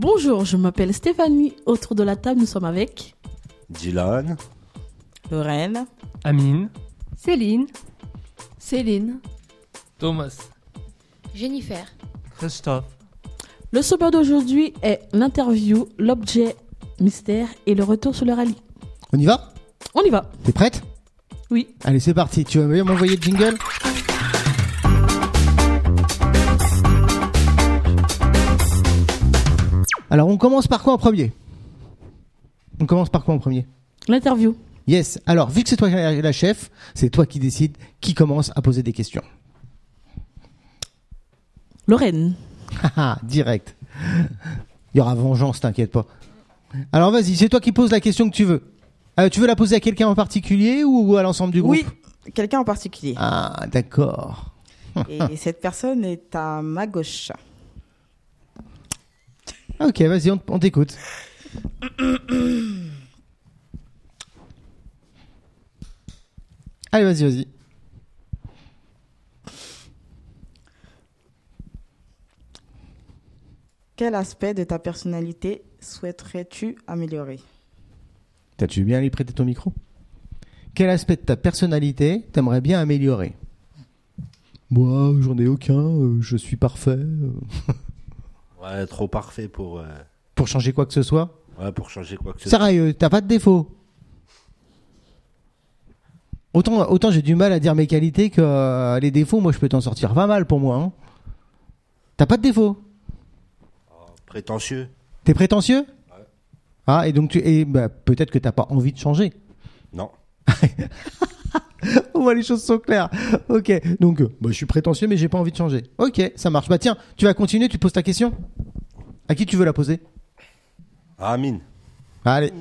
je m'appelle Stéphanie. Autour de la table, nous sommes avec Dylan. Lorraine. Amine, Céline, Céline, Thomas, Jennifer. Christophe, Le sommaire d'aujourd'hui est l'interview, l'objet mystère et le retour sur le rallye. On y va On y va T'es prête Oui. Allez, c'est parti. Tu vas m'envoyer le jingle Alors, on commence par quoi en premier On commence par quoi en premier L'interview. Yes. Alors, vu que c'est toi la chef, c'est toi qui décides qui commence à poser des questions. Lorraine. Haha, Ah, direct. Il y aura vengeance, t'inquiète pas. Alors, vas-y, c'est toi qui poses la question que tu veux. Euh, tu veux la poser à quelqu'un en particulier ou à l'ensemble du groupe Oui, quelqu'un en particulier. Ah, d'accord. Et cette personne est à ma gauche. Ok, vas-y, on, on t'écoute. Allez, vas-y, vas-y. Quel aspect de ta personnalité souhaiterais-tu améliorer T'as-tu bien lui prêter ton micro Quel aspect de ta personnalité t'aimerais bien améliorer Moi, j'en ai aucun, euh, je suis parfait. euh. Ouais, trop parfait pour, euh, Pour changer quoi que ce soit ouais, pour changer quoi que ce soit. Sérieux, euh, t'as pas de défaut Autant, autant j'ai du mal à dire mes qualités que euh, les défauts, moi je peux t'en sortir pas mal pour moi. hein. T'as pas de défaut Prétentieux T'es prétentieux Ah, et donc tu. Et bah, peut-être que t'as pas envie de changer. Non. Au moins, les choses sont claires. Ok, donc euh, bah, je suis prétentieux, mais j'ai pas envie de changer. Ok, ça marche. Bah tiens, tu vas continuer, tu poses ta question À qui tu veux la poser Ah, Amine, Ah, Allez.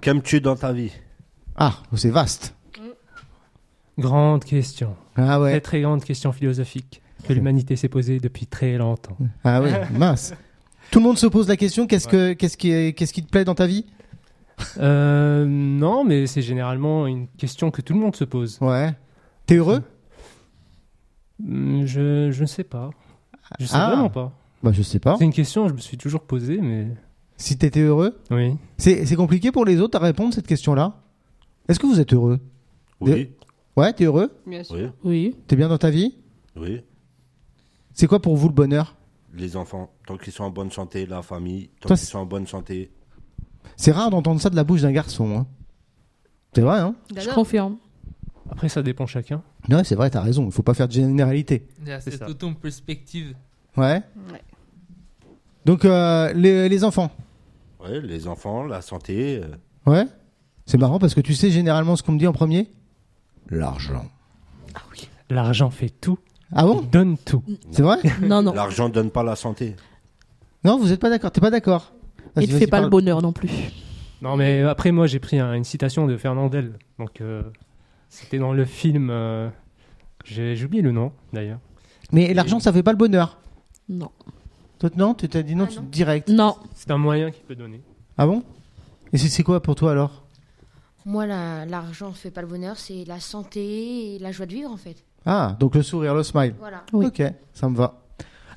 qu'aimes-tu dans ta vie Ah, c'est vaste. grande question. Ah Très ouais. très grande question philosophique que l'humanité s'est posée depuis très longtemps. Ah ouais, mince. Tout le monde se pose la question qu'est-ce que qu'est-ce qui qu'est-ce qui te plaît dans ta vie Euh, non, mais c'est généralement une question que tout le monde se pose. Ouais. T'es heureux Hmm, Je, je ne sais pas. Je sais Ah. vraiment pas. Bah je sais pas. C'est une question que je me suis toujours posée, mais Si t'étais heureux, oui. c'est c'est compliqué pour les autres à répondre cette question-là. Est-ce que vous êtes heureux Oui, Ouais, t'es heureux bien sûr. oui, Oui. T'es bien dans ta vie oui. C'est quoi pour vous le bonheur Les enfants, tant qu'ils sont en bonne santé, la famille, tant Toi, qu'ils c'est- sont en bonne santé. C'est rare d'entendre ça de la bouche d'un garçon. hein. C'est vrai, hein Je confirme. Après, ça dépend chacun. Ouais, c'est vrai, t'as raison. Il faut pas faire de généralité. Yeah, C'est c'est ça. tout une perspective. Ouais. Ouais. Donc, euh, les, les enfants. Ouais, les enfants, la santé. euh, Ouais. C'est marrant parce que tu sais généralement ce qu'on me dit en premier L'argent. L'argent fait tout, Ah bon donne tout. C'est vrai Non, non. L'argent donne pas la santé. Non, vous êtes pas d'accord. T'es pas d'accord Il Vas-y, ne vas-y, fait pas le parle. bonheur non plus. Non, mais euh, après, moi, j'ai pris un- une citation de Fernandel. Donc, euh, c'était dans le film. euh, j'ai j'ai oublié le nom, d'ailleurs. Mais l'argent, ça fait pas le bonheur. Non. Toi, non Tu t'as dit non, Ah tu- non. direct. Non. C'est un moyen qu'il peut donner. Ah bon Et c'est- c'est quoi pour toi alors Moi, la- l'argent ne fait pas le bonheur, c'est la santé et la joie de vivre en fait. Ah, donc le sourire, le smile. Voilà. Oui. Ok, ça me va.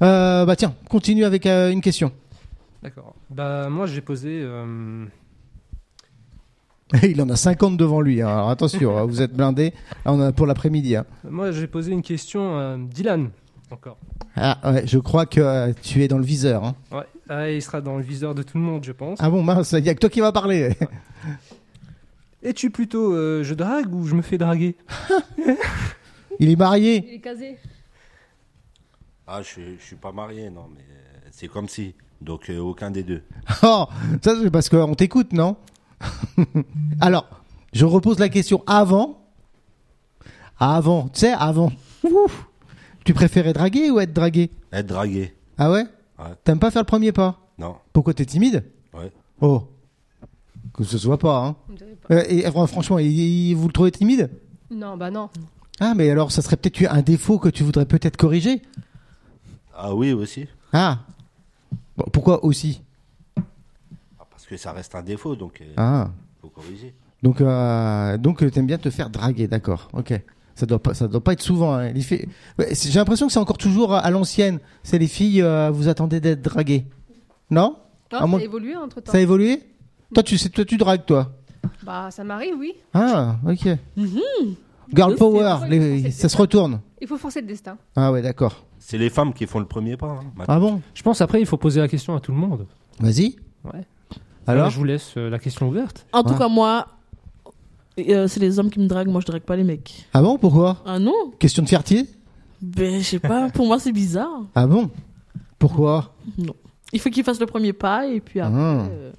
Euh, bah tiens, continue avec euh, une question. D'accord. Bah, moi, j'ai posé. euh, Il en a 50 devant lui. hein. Alors attention, hein, vous êtes blindé. Là, on en a pour l'après-midi. hein. moi, j'ai posé une question à Dylan, encore. Ah ouais, je crois que euh, tu es dans le viseur. hein. Ouais. Ah, il sera dans le viseur de tout le monde, je pense. Ah bon, mince, il n'y a que toi qui vas parler. Es-tu plutôt euh, je drague ou je me fais draguer Il est marié. Il est casé. Ah, je, suis- je suis pas marié, non, mais euh, c'est comme si. Donc, euh, aucun des deux. Oh, ça c'est parce qu'on t'écoute, non Alors, je repose la question avant. Avant, tu sais, avant. Ouf. Tu préférais draguer ou être dragué Être dragué. Ah ouais Ouais. T'aimes pas faire le premier pas Non, Pourquoi t'es timide ouais. Oh, que ce soit pas. Hein. Euh, et euh, franchement, il- il- vous le trouvez timide Non, bah non. Ah, mais alors, ça serait peut-être un défaut que tu voudrais peut-être corriger. Ah oui, aussi. Ah. Bon, pourquoi aussi Ah, parce que ça reste un défaut, donc euh, Ah. faut corriger. Donc, euh, donc euh, t'aimes bien te faire draguer, d'accord Ok. Ça doit pas, ça doit pas être souvent. hein. Les filles- ouais, c'est- J'ai l'impression que c'est encore toujours à, à l'ancienne. C'est les filles, euh, vous attendez d'être draguées, non Non, À moins- ça a évolué entre temps. Ça a évolué Toi, tu sais, toi, tu dragues, toi. Bah, ça m'arrive, oui. Ah, ok. Girl Oui, power, c'est- les- c'est- ça se retourne. Il faut forcer le destin. Ah ouais, d'accord. C'est les femmes qui font le premier pas. hein, maintenant. Ah bon Je pense après, il faut poser la question à tout le monde. Vas-y. Ouais. Alors je vous laisse euh, la question ouverte. En tout Ouais. cas, moi, euh, c'est les hommes qui me draguent. Moi, je drague pas les mecs. Ah bon, pourquoi Ah non Question de fierté Ben, je sais pas. Pour moi, c'est bizarre. Ah bon Pourquoi Il faut qu'ils fassent le premier pas et puis après. Ah. euh,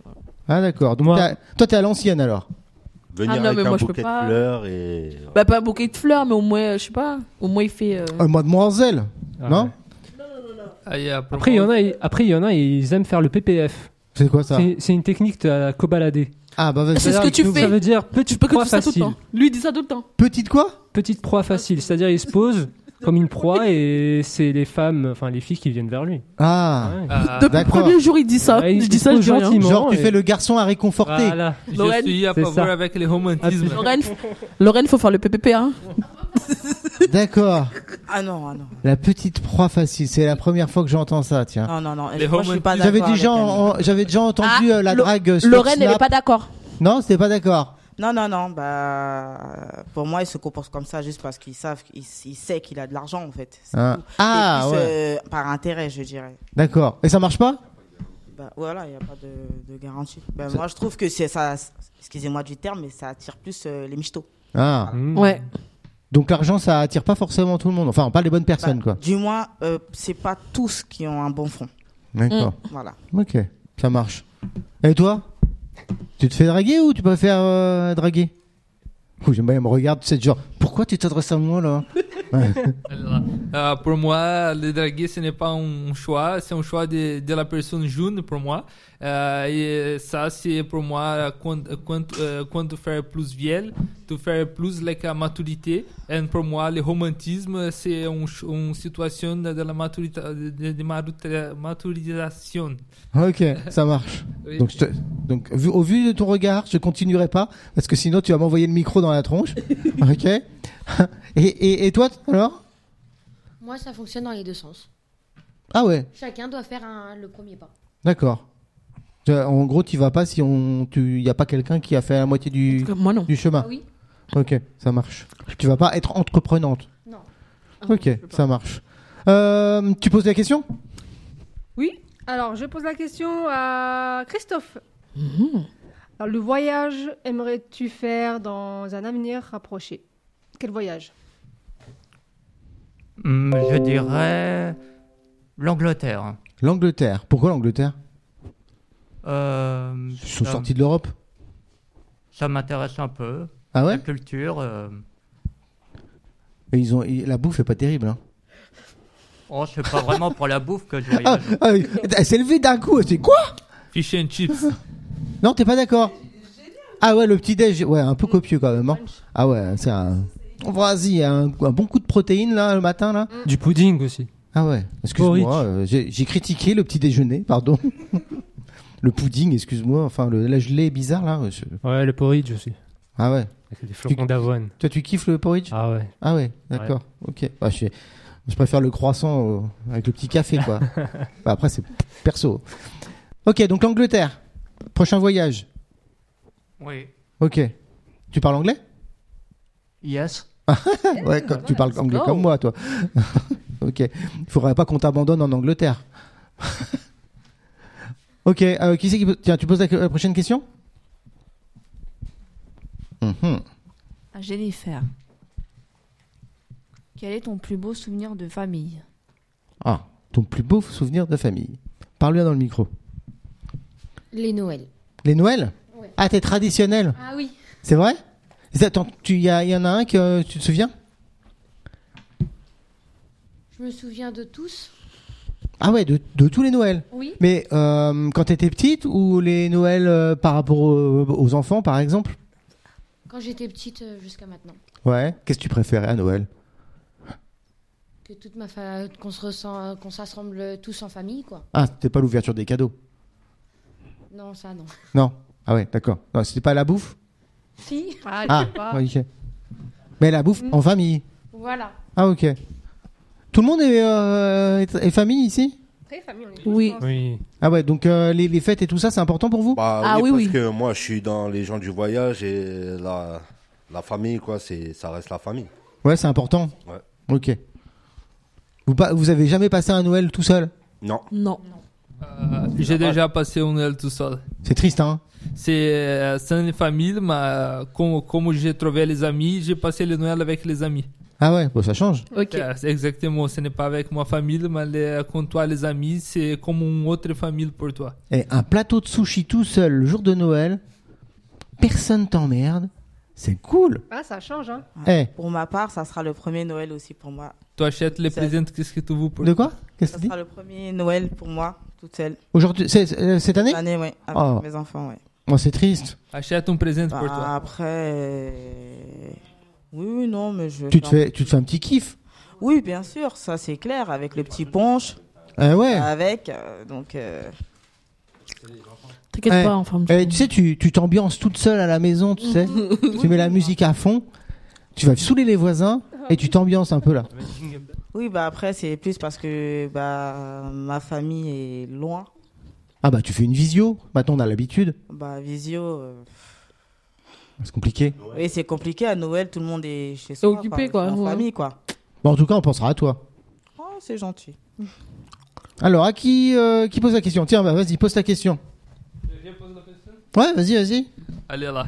Ah d'accord. Donc Moi- t'as- toi, t'es à l'ancienne alors Venir Ah non, avec mais un moi, je peux bouquet pas. de fleurs et. Bah, pas un bouquet de fleurs, mais au moins, euh, je sais pas. Au moins, il fait. euh, Un mademoiselle Ah Non ouais. Après, il y en a, ils- après, il y en a, ils aiment faire le PPF. C'est quoi ça C'est c'est une technique à cobalader. Ah bah vas-y. C'est ce que tu fais. Ça veut dire Tu petite peux que proie tu ça tout le facile. temps. Lui, il dit ça tout le temps. Petite quoi Petite proie facile, c'est-à-dire il se pose comme une proie et c'est les femmes, enfin les filles qui viennent vers lui. Ah. Ouais. Depuis le d'accord. premier jour, il dit ça. Ouais, il je dit dis ça, je dis tout rien. gentiment. Genre tu et- fais le garçon à réconforter. Voilà. Lorraine, é Je suis à c'est favor ça. avec les romantismes. Lorraine, euh, Lorraine, faut faire le PPP, hein. D'accord. Ah non, ah non. La petite proie facile, c'est la première fois que j'entends ça, tiens. Non, non, non. Les Moi, je suis pas romantiques. J'avais d'accord. avec déjà, elle. en- j'avais déjà entendu Ah, euh, la Lo- drague sur Lorraine, elle Snap. est pas d'accord. Non, c'était pas d'accord. Non, non, non. Bah, pour moi, ils se comportent comme ça juste parce qu'ils savent, qu'ils- ils, savent qu'il a de l'argent en fait. C'est Ah, tout. Ah, Et puis, ouais. euh, par intérêt, je dirais. D'accord. Et ça marche pas Bah, voilà, il n'y a pas de, de garantie. Bah, Ça- moi, je trouve que c'est ça. Excusez-moi du terme, mais ça attire plus euh, les michtos. Ah. Hmm. Mmh. Ouais. Donc l'argent, ça attire pas forcément tout le monde. Enfin, pas les bonnes Bah, personnes, quoi. Du moins, euh, c'est pas tous qui ont un bon fond. D'accord. Mm. Voilà. Ok. Ça marche. Et toi Tu te fais draguer ou tu préfères euh, draguer Ouh, j'aime bien, elle me regarde, tu sais, genre, pourquoi tu t'adresses à moi, là Euh, pour moi, le draguer, ce n'est pas un choix, c'est un choix de, de la personne jeune pour moi. Euh, et ça, c'est pour moi, quand, quand, euh, quand tu fais plus vieille, tu fais plus like, la maturité. Et pour moi, le romantisme, c'est un ch- une situation de de la maturité, de, de maruta- maturisation. Ok, ça marche. Oui. Donc, je te- donc vu- au vu de ton regard, je continuerai pas parce que sinon tu vas m'envoyer le micro dans la tronche. ok. Et, et, et toi alors Moi, ça fonctionne dans les deux sens. Ah ouais, Chacun doit faire un- le premier pas. d'accord. Tu- En gros, tu vas pas si on, tu, y a pas quelqu'un qui a fait la moitié du, Comme Moi, non. du chemin. Ah oui Ok, ça marche. Tu vas pas être entreprenante. Non. Ah Ok, ça marche. Euh, tu poses la question Oui. Alors, je pose la question à Christophe. Mhm. Alors, le voyage aimerais-tu faire dans un avenir rapproché Quel voyage Hmm, Je dirais l'Angleterre. L'Angleterre. Pourquoi l'Angleterre Euh, Ils sont ça- sortis de l'Europe. Ça m'intéresse un peu. Ah La ouais culture. euh, Et ils ont, et la bouffe est pas terrible. Hein. Oh, c'est pas vraiment pour la bouffe que je Ah, voyage. ah, elle s'est levée d'un coup. Elle s'est dit, quoi Fish and chips. Non, t'es pas d'accord Ah ouais, le petit déj, ouais, un peu Mm. copieux quand même. hein. Punch. Ah ouais, c'est un. Vas-y, un, un bon coup de protéines là le matin Mm. là. Du pudding aussi. Ah ouais. Porridge. Excuse-moi, euh, j'ai j'ai critiqué le petit déjeuner, pardon. le pudding, excuse-moi. Enfin, le, la gelée est bizarre là. je- Ouais, le porridge aussi. Ah ouais. Avec des flocons d'avoine. Toi, tu kiffes le porridge Ah ouais. Ah ouais, d'accord. Ok. Bah, je, je préfère le croissant au- avec le petit café quoi. Bah, après, c'est perso. Ok, donc l'Angleterre. Prochain voyage. Oui. Ok. Tu parles anglais Yes. Ouais, quand tu parles anglais go. comme moi, toi. ok. Il faudrait pas qu'on t'abandonne en Angleterre. ok. euh, qui c'est qui... peut- Tiens, tu poses la, la prochaine question Mhm. À Jennifer. Quel est ton plus beau souvenir de famille Ah, ton plus beau souvenir de famille. Parle bien dans le micro. Les Noëls. Les Noëls Ouais. Ah, t'es traditionnel. Ah oui. C'est vrai Attends, il y, a- y en a un que euh, tu te souviens Je me souviens de tous. Ah ouais, de, de tous les Noëls. Oui. Mais euh, quand t'étais petite ou les Noëls euh, par rapport aux, aux enfants, par exemple Quand j'étais petite euh, jusqu'à maintenant. Ouais. Qu'est-ce que tu préférais à Noël Que toute ma fa... qu'on se ressent, euh, qu'on s'assemble tous en famille, quoi. Ah, c'était pas l'ouverture des cadeaux. Non, ça non. Non. Ah ouais, d'accord. Non, c'était pas la bouffe. Si. Ah, je Ah, sais pas. Mm. ok. Mais la bouffe en famille. Voilà. Ah ok. Tout le monde est, euh, est- est famille ici Après, famille, on est tous, Oui. je pense. Oui. Ah ouais, donc euh, les, les fêtes et tout ça, c'est important pour vous Bah, Ah oui, parce oui. que moi, je suis dans les gens du voyage et la, la famille, quoi, c'est, ça reste la famille. Ouais, c'est important. Ouais. Ok. Vous, pas, vous avez jamais passé un Noël tout seul Non. Non. Euh, J'ai déjà passé un Noël tout seul. C'est triste, hein C'est euh, sans les famille, mais euh, com- comme j'ai trouvé les amis, j'ai passé le Noël avec les amis. Ah ouais, bon, ça change. Ok. Euh, c'est exactement, ce n'est pas avec ma famille, mais les- euh, quand toi, les amis, c'est comme une autre famille pour toi. Et un plateau de sushi tout seul le jour de Noël, personne t'emmerde, c'est cool. Ah, ça change, hein. Eh, Pour ma part, ça sera le premier Noël aussi pour moi. Tu achètes les Ça- présents, qu'est-ce que tu veux pour de quoi Qu'est-ce Ça que tu dis sera le premier Noël pour moi, toute seule. Aujourd'hui, c'est- c'est- euh, cette année L'année, ouais, avec Oh. mes enfants, ouais. Oh, c'est triste. Achète un présent pour Bah, toi. après, euh, oui, oui, non, mais je. vais Tu te, faire- fais, tu te fais un petit kiff. Oui, bien sûr, ça c'est clair, avec le petit punch, Eh ouais. avec, euh, donc. euh, T'inquiète Ouais. pas, enfin. Eh, tu sais, tu tu t'ambiances toute seule à la maison, tu sais. tu mets la musique à fond, tu vas saouler les voisins et tu t'ambiances un peu là. Oui, bah après, c'est plus parce que bah, ma famille est loin. Ah bah tu fais une visio, maintenant on a l'habitude, Bah, visio. euh, c'est compliqué. Oui, c'est compliqué à Noël, tout le monde est chez soi. occupé, quoi, En ouais. famille, quoi. Bon, en tout cas, on pensera à toi. Oh, c'est gentil. Alors, à qui, euh, qui pose la question Tiens, bah, vas-y, pose ta question. Ouais, vas-y, vas-y. Allez là.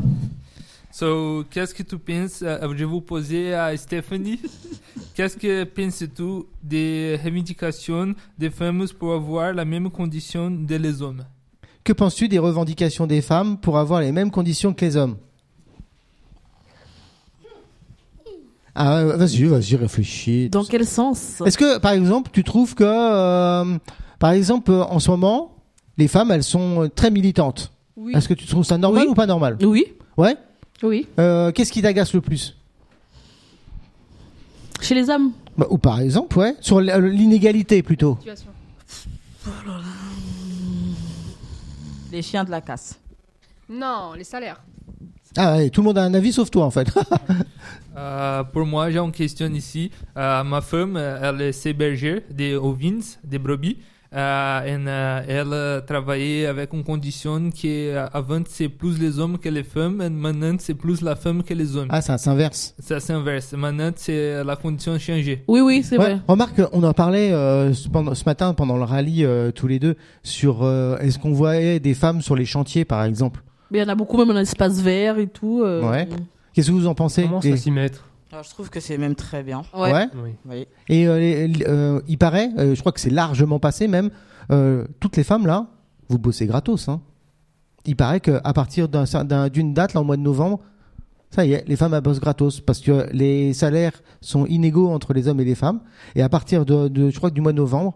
So, qu'est-ce que tu penses euh, Je vais vous poser à Stephanie. qu'est-ce que penses-tu des revendications des femmes pour avoir la même condition que les hommes Que penses-tu des revendications des femmes pour avoir les mêmes conditions que les hommes Ah, ouais, vas-y, vas-y, réfléchis. Dans quel sens Est-ce que, par exemple, tu trouves que, euh, par exemple, euh, en ce moment, les femmes, elles sont euh, très militantes Oui. Est-ce que tu trouves ça normal Oui. ou pas normal Oui. Ouais. Oui. Euh, Qu'est-ce qui t'agace le plus Chez les hommes Bah, Ou par exemple, ouais, sur l- euh, l'inégalité plutôt. Situation. Les chiens de la casse. Non, les salaires. Ah, ouais, tout le monde a un avis sauf toi en fait. Euh, Pour moi, j'ai une question ici. Euh, ma femme, euh, elle est bergère des ovins, des brebis. Euh, et, euh, elle euh, travaillait avec une condition qui euh, avant c'est plus les hommes que les femmes, et maintenant c'est plus la femme que les hommes. ah, ça s'inverse. Ça s'inverse. Maintenant c'est euh, la condition changée. Oui, oui, c'est Ouais, vrai. remarque, on en parlait euh, ce- pendant, ce matin pendant le rallye euh, tous les deux sur euh, est-ce qu'on voyait des femmes sur les chantiers par exemple. Mais il y en a beaucoup même en espace vert et tout. euh, Ouais. Qu'est-ce que vous en pensez Comment Les- ça s'y mettre Alors, je trouve que c'est même très bien. Ouais. Ouais. Oui. Oui. Et euh, les- les- euh, il paraît, euh, je crois que c'est largement passé même, euh, toutes les femmes là, vous bossez gratos. Hein. Il paraît qu'à partir d'un cer- d'un- d'une date, là, en mois de novembre, ça y est, les femmes elles bossent gratos parce que les salaires sont inégaux entre les hommes et les femmes. Et à partir de, de- je crois que du mois de novembre,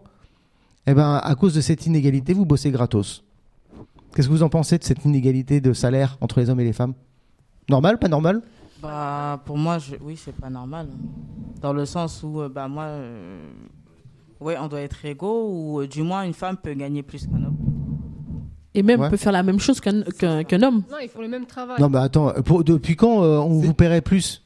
eh ben, à cause de cette inégalité, vous bossez gratos. Qu'est-ce que vous en pensez de cette inégalité de salaire entre les hommes et les femmes Normal, pas normal Bah, pour moi, je... oui, c'est pas normal. Dans le sens où, euh, bah, moi, euh, ouais, on doit être égaux, ou euh, du moins, une femme peut gagner plus qu'un homme. Et même Ouais. peut faire la même chose qu'un qu'un- qu'un homme. Non, ils font le même travail. Non, mais attends, pour- depuis quand euh, on vous paierait plus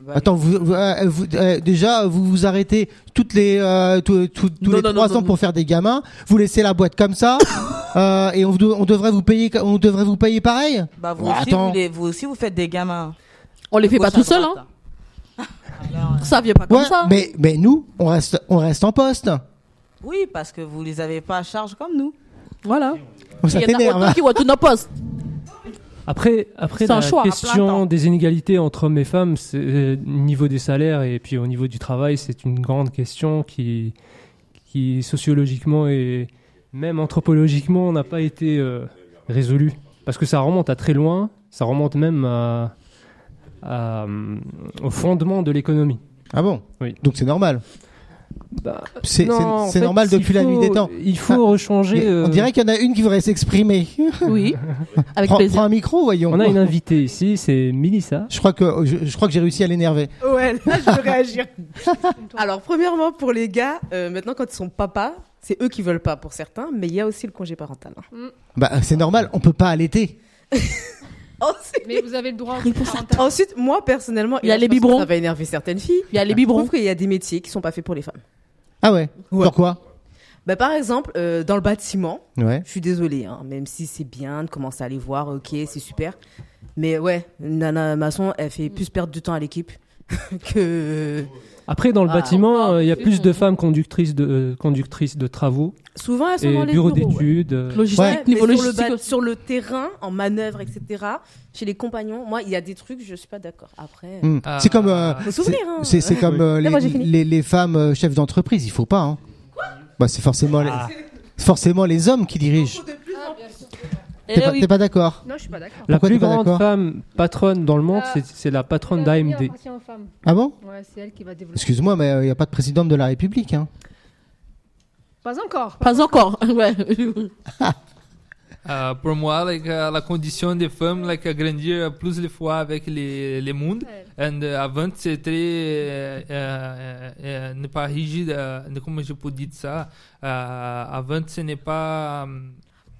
Bah, Attends, vous, vous- euh, vous- euh, déjà, vous vous arrêtez toutes les, euh, tous- tous- tous Non, les non, trois non, ans non, pour faire des gamins. Vous laissez la boîte comme ça euh, et on, de- on devrait vous payer, on devrait vous payer pareil. bah, vous, Ouais, aussi, attends. vous, les- vous aussi, vous faites des gamins. On les fait pas Gauche à tout seul, hein. droite, Alors, euh, Ça vient pas comme Ouais, ça. hein. mais mais nous, on reste, on reste en poste. oui, parce que vous les avez pas à charge comme nous. Voilà. Ça il y en a t'énerve. autant hein. qui voient tout nos postes. Après, après C'est un la choix, à plein question temps. des inégalités entre hommes et femmes, c'est euh, niveau des salaires et puis au niveau du travail, c'est une grande question qui, qui sociologiquement et même anthropologiquement n'a pas été euh, résolue. Parce que ça remonte à très loin, ça remonte même à, à, euh, au fondement de l'économie. Ah bon Oui. Donc c'est normal. Bah, C'est non, c'est- en c'est fait, normal il depuis la faut- nuit des temps. Il faut rechanger. Mais On euh, dirait qu'il y en a une qui voudrait s'exprimer. Oui. Avec Prends, prends plaisir. un micro, voyons. on a une invitée ici, c'est Milissa. Je crois que je, je crois que j'ai réussi à l'énerver. Ouais, là, je veux réagir. Alors, premièrement, pour les gars, euh, maintenant, quand ils sont papas, c'est eux qui veulent pas pour certains, mais il y a aussi le congé parental. hein. Mm. Bah c'est normal, on peut pas allaiter. Ensuite, Mais vous avez le droit. Rien que pour ça. parental. ensuite, moi, personnellement, Il et y a là, les je pense que biberons. Ça va énerver certaines filles. Il y a les Je biberons. trouve qu'il y a des métiers qui sont pas faits pour les femmes. Ah ouais. Ouais. Pourquoi Bah, par exemple, euh, dans le bâtiment, Ouais. je suis désolée, hein, même si c'est bien de commencer à les voir, ok, c'est super. Mais ouais, Nana Masson, elle Mm. fait plus perdre du temps à l'équipe que. Après, dans le Ah. bâtiment, euh, il y a plus de femmes conductrices de, euh, conductrices de travaux. Souvent, elles sont et dans les bureaux bureaux, ouais. d'études. euh, Ouais, mais sur, le logistique ba- sur le terrain, en manœuvre, etc. Chez les compagnons, moi, il y a des trucs, je suis pas d'accord. Après, Hmm. euh, C'est comme, euh, Faut c'est s'ouvrir, hein. c'est- c'est comme euh, Là, les, moi, j'ai fini. les- les femmes euh, chefs d'entreprise, il faut pas. hein. bah, c'est forcément, les- c'est forcément les hommes qui dirigent. Eh T'es pas, t'es pas d'accord Ah, Non, je suis pas d'accord. La Pourquoi plus t'es pas grande d'accord femme patronne dans le monde, Euh, c'est- c'est la patronne L'avenir d'AMD. appartient aux femmes. Ah bon Ouais, c'est elle qui va développer. Excuse-moi, mais il n'y a pas de président de la République. hein. Pas encore. Pas encore, ouais. Euh, pour moi, like, euh, la condition des femmes like, a grandir plus les fois avec les, les mondes. And, euh, avant, c'est très. euh, euh, euh, n'est pas rigide. euh, comment je peux dire ça Euh, Avant, ce n'est pas. euh,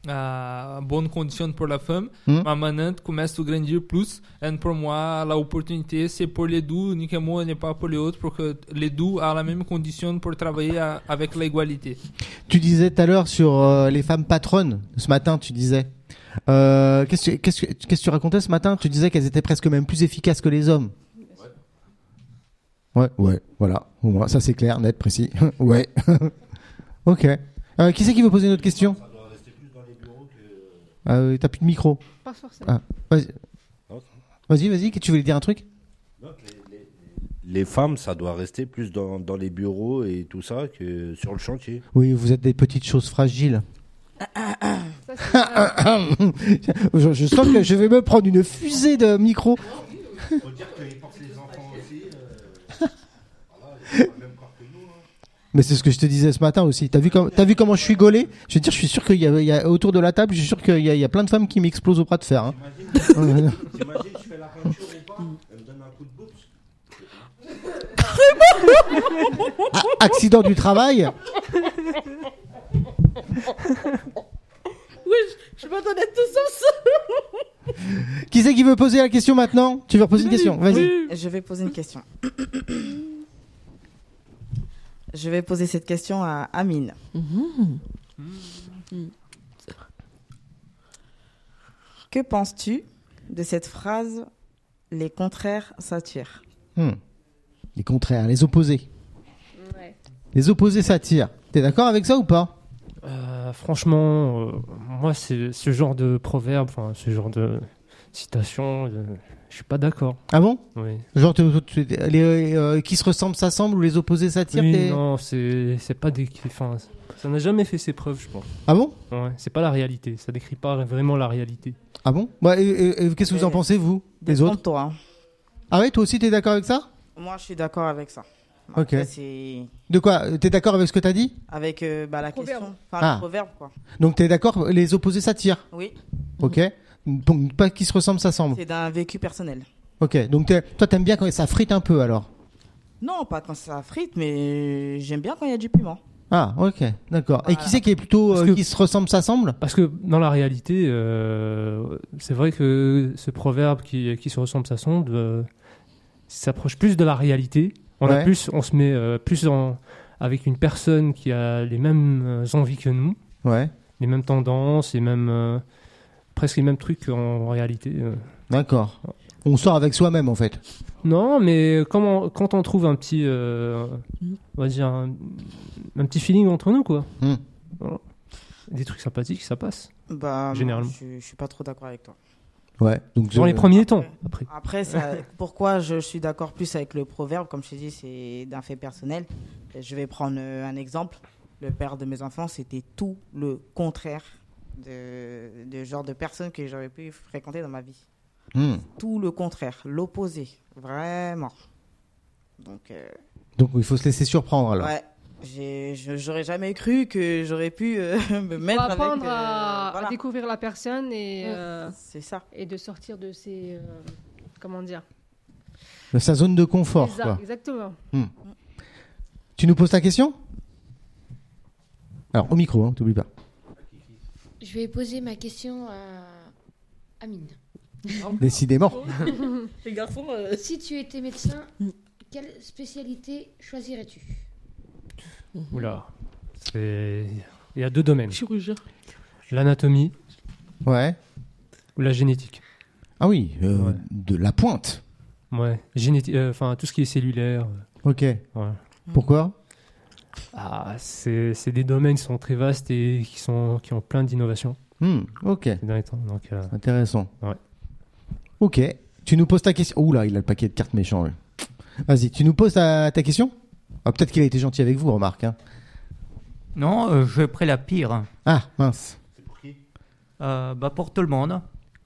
euh, bonne condition pour la femme, Hmm. mais maintenant commence à grandir plus. Et pour moi, l'opportunité c'est pour les deux, uniquement n'est pas pour les autres, pour que les deux aient la même condition pour travailler à- avec l'égalité. Tu disais tout à l'heure sur euh, les femmes patronnes, ce matin, tu disais. Euh, Qu'est-ce que- qu'est-ce que qu'est-ce que tu racontais ce matin Tu disais qu'elles étaient presque même plus efficaces que les hommes. Ouais, ouais, voilà. Au moins, ça c'est clair, net, précis. ouais. ok. Euh, qui c'est qui veut poser une autre question Euh, T'as plus de micro. Pas forcément. Ah, vas-y. Vas-y, vas-y, que- tu voulais dire un truc Les femmes, ça doit rester plus dans, dans les bureaux et tout ça que sur le chantier. Oui, vous êtes des petites choses fragiles. je, je sens que je vais me prendre une fusée de micro. Mais c'est ce que je te disais ce matin aussi. T'as vu, comme, t'as vu comment je suis gaulé Je veux dire, je suis sûr qu'il y a, il y a- autour de la table, je suis sûr qu'il y a, il y a plein de femmes qui m'explosent au bras de fer. hein. T'imagines, je fais la peinture ou pas Elle me donne un coup de bourse. Ah, accident du travail Oui, je, je m'attendais tous ensemble. Qui c'est qui veut poser la question maintenant Tu veux reposer une question Vas-y. Je vais poser une question. Je vais poser cette question à Amine. Mm-hmm. Que penses-tu de cette phrase Les contraires s'attirent Hmm. Les contraires, les opposés. Ouais. Les opposés s'attirent. T'es d'accord avec ça ou pas Euh, franchement, euh, moi, c'est ce genre de proverbe, enfin, ce genre de citation, euh, je suis pas d'accord. Ah bon Oui. Genre, tu- tu- tu- les, euh, qui se ressemblent s'assemblent ou les opposés s'attirent Oui, t'es- non, c'est c'est pas des. Enfin, ça n'a jamais fait ses preuves, je pense. Ah bon Ouais, c'est pas la réalité. Ça décrit pas vraiment la réalité. Ah bon Ouais, et- et- et Qu'est-ce que vous en pensez, vous Les autres toi. Ah ouais, toi aussi, t'es d'accord avec ça Moi, je suis d'accord avec ça. Ok. Après, bah, c'est De quoi Euh, T'es d'accord avec ce que t'as dit avec euh, bah, la question. Enfin, Ah. le proverbe, quoi. Donc t'es d'accord, les opposés s'attirent Oui. Ok. Donc pas qui se ressemblent s'assemblent. C'est d'un vécu personnel. Ok. Donc t'es- toi, t'aimes bien quand ça frite un peu alors Non, pas quand ça frite, mais euh, j'aime bien quand il y a du piment. Ah, ok. D'accord. Et qui c'est qui est plutôt euh, qui se ressemble s'assemble Parce que dans la réalité, euh, c'est vrai que ce proverbe qui, qui se ressemble s'assemble euh, s'approche plus de la réalité. On, a Ouais. plus, on se met euh, plus en, avec une personne qui a les mêmes euh, envies que nous, Ouais. les mêmes tendances, les mêmes, euh, presque les mêmes trucs en, réalité. euh. D'accord. On sort avec soi-même en fait. Non, mais quand on, quand on trouve un petit, euh, on va dire un, un petit feeling entre nous, quoi. Mm. Voilà. Des trucs sympathiques, ça passe. Bah, généralement. moi, je, je suis pas trop d'accord avec toi. Ouais. Donc Dans euh, les premiers temps. Après. Après, ça- pourquoi je suis d'accord plus avec le proverbe, comme je t'ai dit, c'est d'un fait personnel. Et Je vais prendre euh, un exemple. Le père de mes enfants, c'était tout le contraire de, de genre de personne que j'aurais pu fréquenter dans ma vie. Hmm. Tout le contraire, l'opposé, vraiment. Donc, euh, Donc il faut se laisser surprendre alors. ouais, j'ai- je- j'aurais jamais cru que j'aurais pu euh, me Faut mettre avec. apprendre euh, à, à découvrir la personne et, euh, c'est ça. et de sortir de ses. euh, comment dire Dans Sa zone de confort. Exa- quoi. Exactement. Hmm. Tu nous poses ta question Alors au micro, hein, t'oublies pas. Je vais poser ma question à Amine. Décidément. Les garçons. euh, Si tu étais Mm. médecin, quelle spécialité choisirais-tu Oula. C'est- Il y a deux domaines. Chirurgien. L'anatomie Ouais. ou la génétique. Ah oui, euh, de la pointe. Ouais, génétique, enfin tout ce qui est cellulaire. Ok. Voilà. Pourquoi Ah, c'est c'est des domaines qui sont très vastes et qui, sont, qui ont plein d'innovations. Hmm, Ok. ces derniers temps. Donc, euh, Intéressant. Ouais. Ok. Tu nous poses ta question. Ouh là, il a le paquet de cartes méchants. lui. Vas-y, tu nous poses ta, ta question Ah, Peut-être qu'il a été gentil avec vous, remarque. hein. Non, euh, j'ai pris la pire. Ah, mince. Euh, bah pour tout le monde.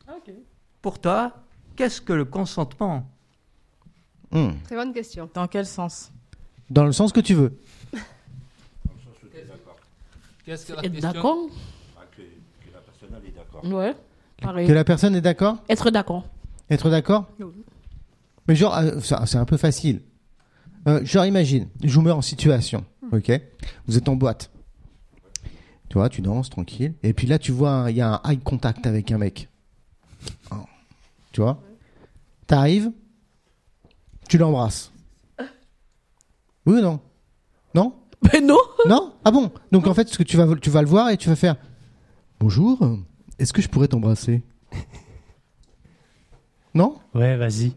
Ah, Pour toi, qu'est-ce que le consentement Hmm. Très bonne question. Dans quel sens Dans le sens que tu veux. Qu'est-ce que la Être question d'accord Ah, que, que la personne elle est d'accord. Ouais. Pareil. Que la personne est d'accord Être d'accord. Être d'accord Mais genre, euh, ça- c'est un peu facile. Euh, genre, imagine, je vous mets en situation, ok Vous êtes en boîte. Tu vois, tu danses tranquille. Et puis là, tu vois, un- il y a un eye contact avec un mec. Oh. Tu vois T'arrives, tu l'embrasses. Oui ou non Non Mais non Non Ah bon Donc en fait, ce que tu vas, tu vas le voir et tu vas faire Bonjour, euh, est-ce que je pourrais t'embrasser Non Ouais, vas-y.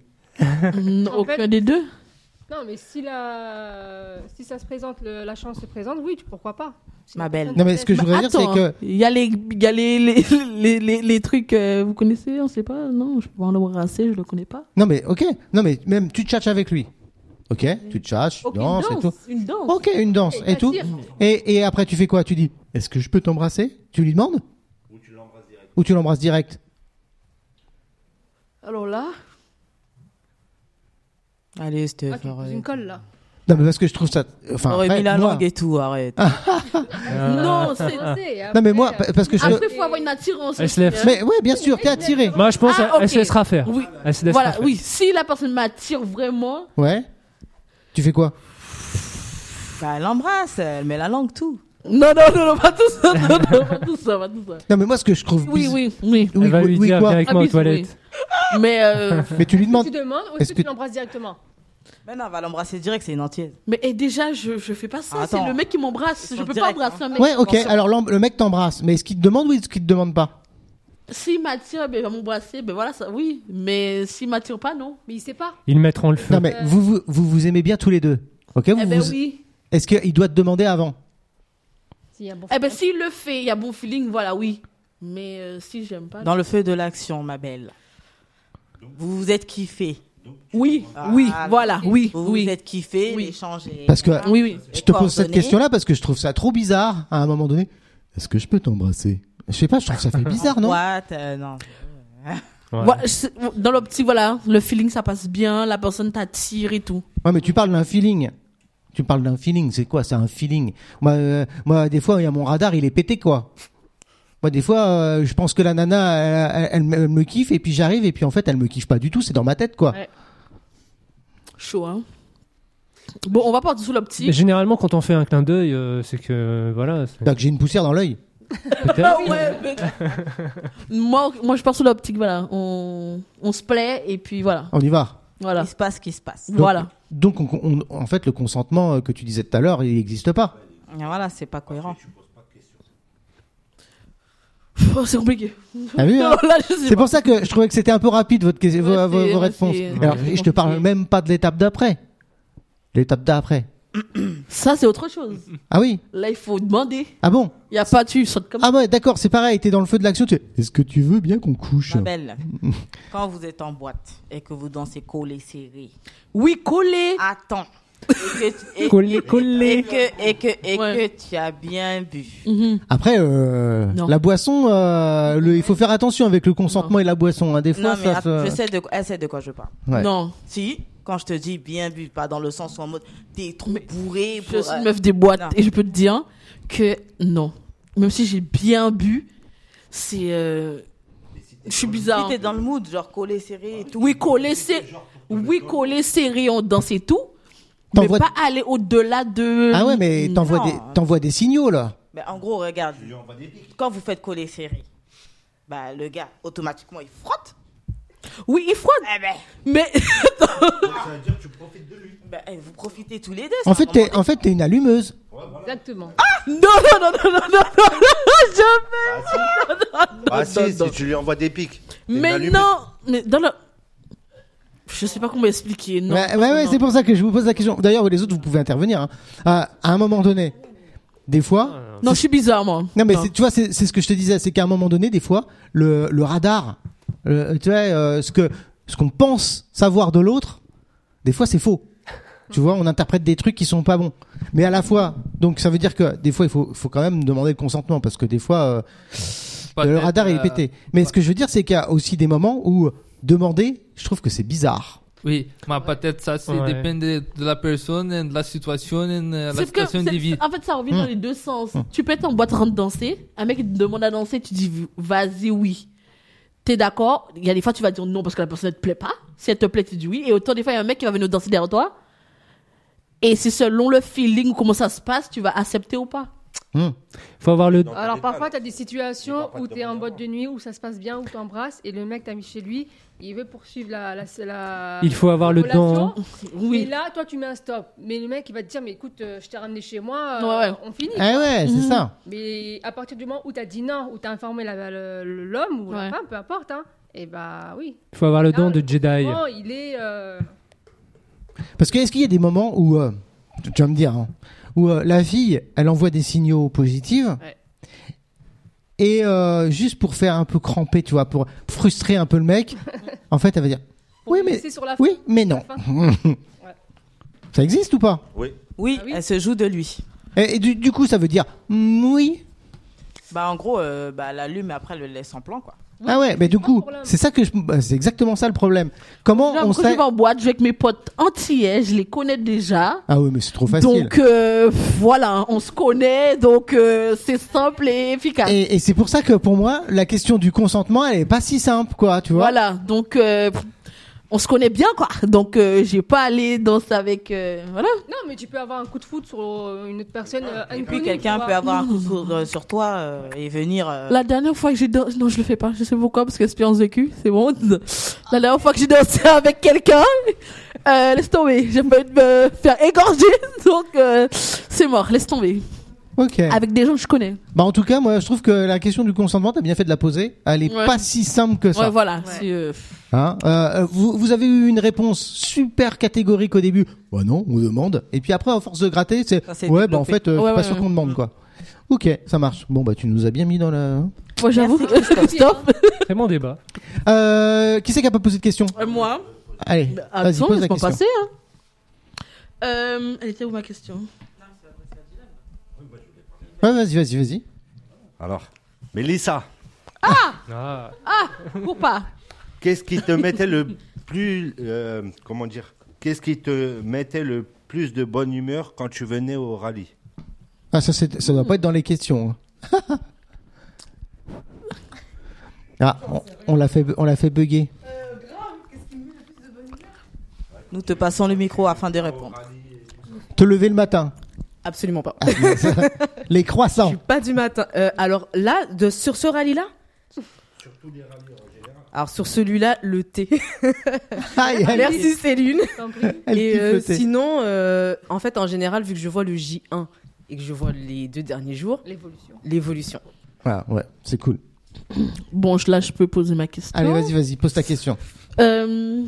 Non, En aucun fait- des deux. Non, mais si, la... si ça se présente, le- la chance se présente, oui, tu- pourquoi pas. Si Ma la belle. personne Non, mais ce que je t'intéresse. voudrais dire, c'est Attends, que. Il y a les, il y a les, les, les, les- les trucs, euh, vous connaissez, on sait pas, non, je peux pas l'embrasser, je le connais pas. Non, mais ok. Non, mais même tu tchatches avec lui. Ok Tu tchatches, tu Aucune danses et danse, tout. Une danse. Ok, une danse et, tout. t'attires. Et, et après, tu fais quoi Tu dis Est-ce que je peux t'embrasser Tu lui demandes Ou tu l'embrasses direct Alors là, Allez, Steph, Ah, tu poses arrête. une colle là. Non, mais parce que je trouve ça. Enfin, Aurait après, mis la moi- Ah. langue et tout, arrête. non, c'est. Non, mais moi, pa- parce que je. Après, il faut avoir une attirance. Elle se aussi, lève. hein. Mais ouais, bien sûr, t'es attiré. Moi, je pense Ah, qu'elle elle se ok. laissera faire. Oui. Elle se laissera Voilà, faire. oui, si la personne m'attire vraiment, Ouais. Tu fais quoi Bah, elle l'embrasse, elle met la langue, tout. non, non, non, non, pas tout ça, non, non, pas tout ça, pas tout ça. Non, mais moi, ce que je trouve. Oui, bizarre- oui, oui. Oui, Elle va oui, lui oui, dire quoi Viens avec Ah, moi aux bisous, toilettes. Mais, euh, Mais tu lui demandes. Tu demandes ou Est-ce est-ce que que- tu l'embrasses directement Mais non, elle va l'embrasser direct, c'est une entière. mais et déjà, je, je fais pas ça. C'est Attends. le mec qui m'embrasse. Ils Je sont peux directs, pas embrasser hein. un mec. Ah, Ouais, ok. Alors, l'em- le mec t'embrasse. Mais est-ce qu'il te demande ou est-ce qu'il te demande pas S'il m'attire, ben, il va m'embrasser. Ben voilà, ça, oui. Mais s'il m'attire pas, non. Mais il sait pas. Ils mettront le feu. Non, mais vous vous, vous vous aimez bien tous les deux. Ok vous eh ben vous- oui. Est-ce qu'il doit te demander avant S'il y a un bon Eh ben s'il le fait, il y a bon feeling, voilà, oui. Mais euh, si j'aime pas. Dans le feu de l'action, ma belle. Vous vous êtes kiffé. Oui, oui, Ah, voilà, oui, Vous oui. vous êtes kiffé, Oui. l'échange est- Parce que Oui, oui. je te pose Coordonnées. cette question-là parce que je trouve ça trop bizarre à un moment donné. Est-ce que je peux t'embrasser Je sais pas, je trouve que ça fait bizarre, non Boîte, euh, non. Ouais. Voilà, c'est- dans l'optique, voilà, le feeling, ça passe bien, la personne t'attire et tout. Ouais, mais tu parles d'un feeling. Tu parles d'un feeling, c'est quoi C'est un feeling. Moi, euh, moi, des fois, il y a mon radar, il est pété, quoi. Moi, des fois, euh, je pense que la nana, elle, elle- elle me kiffe, et puis j'arrive, et puis en fait, elle me kiffe pas du tout, c'est dans ma tête, quoi. Ouais. Chaud, hein. Bon, on va partir sous Mais l'optique. généralement, quand on fait un clin d'œil, euh, c'est que voilà. c'est- Donc, j'ai une poussière dans l'œil. Peut-être. Ah Moi, moi, je pars sous l'optique, voilà. On, on se plaît et puis voilà. On y va. Voilà. Il se passe ce qui se passe. Donc- Voilà. Donc, on- on- en fait, le consentement euh, que tu disais tout à l'heure, il n'existe pas. Voilà, c'est pas cohérent. Pff, C'est compliqué. T'as vu, hein Non, là, je sais C'est pas. pour ça que je trouvais que c'était un peu rapide votre, que- vos, c'est- vos- vos ouais, réponses. c'est- Alors, c'est je te parle compliqué. même pas de l'étape d'après. L'étape d'après. Ça, c'est autre chose. Ah oui Là, il faut demander. Ah bon Il y a pas, tu sautes comme Ah ouais, d'accord, c'est pareil, t'es dans le feu de l'action. tu fais, Est-ce que tu veux bien qu'on couche Ma belle, quand vous êtes en boîte et que vous dansez collé serré, Oui, coller. attends. Et que, et- Collé, et- collé. Et que, et que, et Ouais. que tu as bien bu. Mhm. Après, euh, Non. la boisson, euh, le- il faut faire attention avec le consentement et la boisson. hein, Des fois, Non, mais ça att- se- je sais de, quoi- elle sait de quoi je parle. Ouais. Non. Si, quand je te dis bien bu, pas dans le sens où en mode t'es trop bourré. Je pour, suis euh, une meuf des boîtes non. et je peux te dire que non. Même si j'ai bien bu, c'est. euh, Je suis Si bizarre. t'es dans le mood, genre collé serré et tout. Oui, coller, c'est. Oui, coller, serré, on danse et tout. Mais T'envoies- pas aller au-delà de. Ah ouais, mais t'envoies Non. des, t'envoies des signaux là. Mais en gros, regarde, quand vous faites coller serré, bah, le gars, automatiquement, il frotte. Oui, il frotte. Eh ben, Mais. bah, eh, vous profitez tous les deux. En ça, fait, vraiment. t'es, en fait, t'es une allumeuse. Exactement. Ah, Non, non, non, non, non, non, non, jamais. Non, non, non, Ah si, non, si non. tu lui envoies des pics. Une Mais allumée. non, mais dans le. Je sais pas comment expliquer. Non. Ouais, ouais, ouais, c'est pour ça que je vous pose la question. D'ailleurs, les autres, vous pouvez intervenir. hein. Euh, à un moment donné, des fois. Non, je suis bizarre, moi. Non, mais Non. c'est- tu vois, c'est c'est ce que je te disais, c'est qu'à un moment donné, des fois, le, le radar, le- tu vois, euh, ce que ce qu'on pense savoir de l'autre, des fois, c'est faux. Tu vois, on interprète des trucs qui sont pas bons. Mais à la fois, donc ça veut dire que des fois, il faut, faut quand même demander le consentement parce que des fois, euh, le Peut-être, radar il euh, est pété. Mais ce que je veux dire, c'est qu'il y a aussi des moments où demander, je trouve que c'est bizarre. Oui, mais peut-être ça, c'est Ouais. dépend de, de la personne, et de la situation, et de la C'est que- situation c'est- de vie. En fait, ça revient Hmm. Mm. dans les deux sens. Tu peux être en boîte en train de danser, un mec il te demande à danser, tu dis vas-y, oui. T'es d'accord Il y a des fois, tu vas dire non parce que la personne ne te plaît pas. Si elle te plaît, tu dis oui. Et autant des fois, il y a un mec qui va venir danser derrière toi. Et c'est selon le feeling ou comment ça se passe, tu vas accepter ou pas. Hmm. Faut avoir le. Alors parfois, tu as des situations où tu es en boîte de nuit, où ça se passe bien, où tu embrasses, et le mec t'a mis chez lui, il veut poursuivre la. la, la- Il faut avoir le relation. temps. Oui. Et là, toi, tu mets un stop. Mais le mec, il va te dire Mais écoute, euh, je t'ai ramené chez moi, euh, Ouais, ouais. on finit. Eh ouais, c'est Mhm. ça. Mais à partir du moment où tu as dit non, où tu as informé la- le- l'homme ou la femme, peu importe, hein, et bah oui. Il faut avoir le don de Jedi. Bon, il est. euh, Parce que est-ce qu'il y a des moments où, euh, tu tu vas me dire, hein, où euh, la fille, elle envoie des signaux positifs et euh, juste pour faire un peu cramper, tu vois, pour frustrer un peu le mec, en fait, elle va dire, Pour oui le mais, laisser sur la oui fin, mais la non, fin. ça existe ou pas Oui. Oui, elle se joue de lui. Et, et du, du coup, ça veut dire mm, oui. Bah, en gros, euh, bah, l'allume et après, elle le laisse en plan, quoi. Ah ouais, mais du coup, c'est ça que je, bah, c'est exactement ça le problème. Comment Là, on quand sait je vais en boîte, je vais avec mes potes antillais, je les connais déjà. Ah oui, mais c'est trop facile. Donc euh, voilà, on se connaît, donc euh, c'est simple et efficace. Et, et c'est pour ça que pour moi, la question du consentement, elle est pas si simple, quoi, tu vois. Voilà, donc euh, on se connaît bien quoi. Donc euh, j'ai pas allé danser avec euh, voilà. Non, mais tu peux avoir un coup de foudre sur euh, une autre personne. euh, Ah. Et puis, inconnue, quelqu'un tu vois. peut avoir un coup de foudre, euh, sur toi euh, et venir. euh, La dernière fois que j'ai dansé, non je le fais pas, je sais pourquoi parce que expérience vécue, c'est bon. La dernière fois que j'ai dansé avec quelqu'un, euh, laisse tomber, j'ai pas eu de me faire égorger, donc euh, c'est mort, laisse tomber. Ok. Avec des gens que je connais. Bah en tout cas, moi, je trouve que la question du consentement, t'as bien fait de la poser. Elle est Ouais. pas si simple que ça. Ouais, voilà. c'est, euh, Hein Euh, euh, vous, vous avez eu une réponse super catégorique au début. Bah non, on demande. Et puis après, à force de gratter, c'est Ça s'est ouais, développé. bah en fait, euh, je Ouais, suis pas ouais, sûr ouais. qu'on demande quoi. Ok, ça marche. Bon bah tu nous as bien mis dans la. Moi j'avoue que Christophe. Très bon débat. Euh, qui c'est qui a pas posé de question Moi. Allez, Euh, Ah, vas-y non, pose la laisse-moi question. passer, hein. Euh, elle était où ma question Ouais, vas-y, vas-y, vas-y. Alors, Mélissa, Ah Ah Ou pas qu'est-ce qui te mettait le plus. euh, comment dire Qu'est-ce qui te mettait le plus de bonne humeur quand tu venais au rallye Ah ça, c'est- ça doit pas être dans les questions. hein. ah, on, on l'a fait, bu- on l'a fait bugger. Nous te passons le micro afin de répondre. Te lever le matin. Absolument pas. Ah, les croissants. Pas du matin. Euh, alors là, de, sur ce rallye-là alors sur celui-là, le thé. Aïe, aïe. Merci Céline. T'en prie. Elle Et kiffe le euh, thé. sinon, euh, en fait, en général, vu que je vois le J1 et que je vois les deux derniers jours, l'évolution. L'évolution. Ah ouais, c'est cool. Bon, je- là, je peux poser ma question. Allez, vas-y, vas-y, pose ta question. Euh,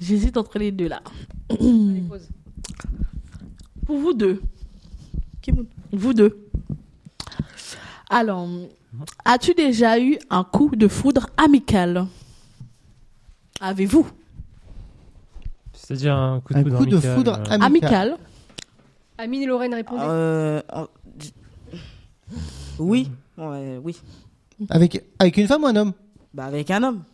J'hésite entre les deux là. Pour vous deux. Vous deux. Alors, as-tu déjà eu un coup de foudre amical Avez-vous C'est-à-dire un coup de Un foudre coup de amical, foudre euh, Amical. Amine et Lorraine répondent. Euh, en- j- Oui, ouais, oui. Avec, avec une femme ou un homme Bah, avec un homme.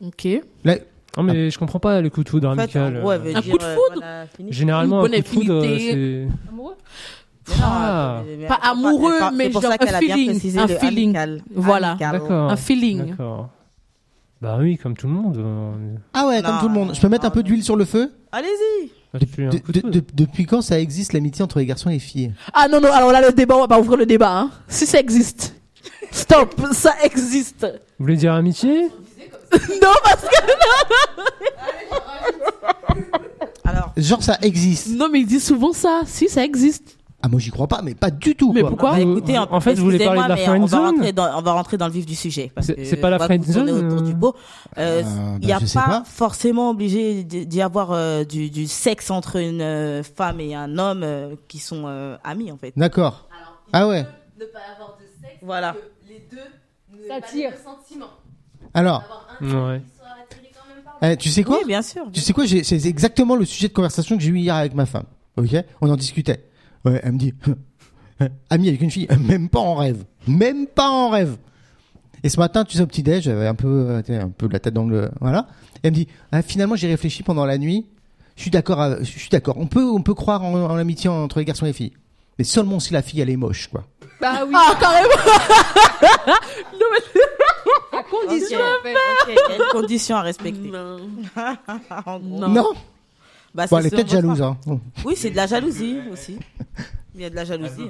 Ok. Là- Non, mais je comprends pas le coup de foudre En fait, amical. en gros, elle euh, veut Un dire, coup de euh, foudre voilà, fini. Généralement, un Une coup bonne de foudre, euh, affinité. c'est. Amoureux Ah Mais Pas attends, amoureux, attends, mais c'est pour genre ça qu'elle un a bien feeling. précisé Un le feeling. amical. Voilà. Amical. D'accord. Un feeling. D'accord. Bah oui, comme tout le monde. euh, Ah ouais, comme Non, tout le monde. Je peux mettre un peu d'huile sur le feu Allez-y. là-dessus, Ah, un De- coup de de- foudre. de- Depuis quand ça existe l'amitié entre les garçons et les filles Ah non, non, alors là, le débat, on va pas ouvrir le débat. hein. Si ça existe. Stop, ça existe. Vous voulez dire amitié non, parce que. Alors, genre ça existe. Non, mais ils disent souvent ça. Si, ça existe. Ah, moi j'y crois pas, mais pas du tout. Mais quoi. pourquoi Ah bah, écoutez, en fait, vous voulez parler de la Excusez-moi, mais on va friendzone rentrer dans- On va rentrer dans le vif du sujet. parce C'est- que c'est pas la je vois que vous friendzone, tournez autour du pot. Euh, bah, Il n'y a je sais pas, pas. forcément obligé d'y d'y avoir euh, du, du sexe entre une euh, femme et un homme euh, qui sont euh, amis en fait. D'accord. Ah ouais. Ne pas avoir de sexe. Voilà. Les deux, ça tire. sentiments. Alors. Eh, tu sais quoi Oui, bien sûr. Tu sais quoi j'ai- C'est exactement le sujet de conversation que j'ai eu hier avec ma femme. Ok On en discutait. Ouais, elle me dit Ami avec une fille, euh, même pas en rêve. Même pas en rêve. Et ce matin, tu sais, au petit-déj, j'avais un peu, euh, tu sais, un peu la tête dans le. Voilà. Elle me dit Ah, Finalement, j'ai réfléchi pendant la nuit. Je suis d'accord. à- Je suis d'accord. On peut, on peut croire en, en l'amitié entre les garçons et les filles. Mais seulement si la fille, elle est moche, quoi. Bah oui. Ah, carrément À condition. Ok. en fait. Ok, Il y a une condition à respecter. En gros. Non. Bon, Bah, c'est elle est sur peut-être votre jalouse, part. hein. Bon. Oui, c'est de la jalousie aussi. Il y a de la jalousie.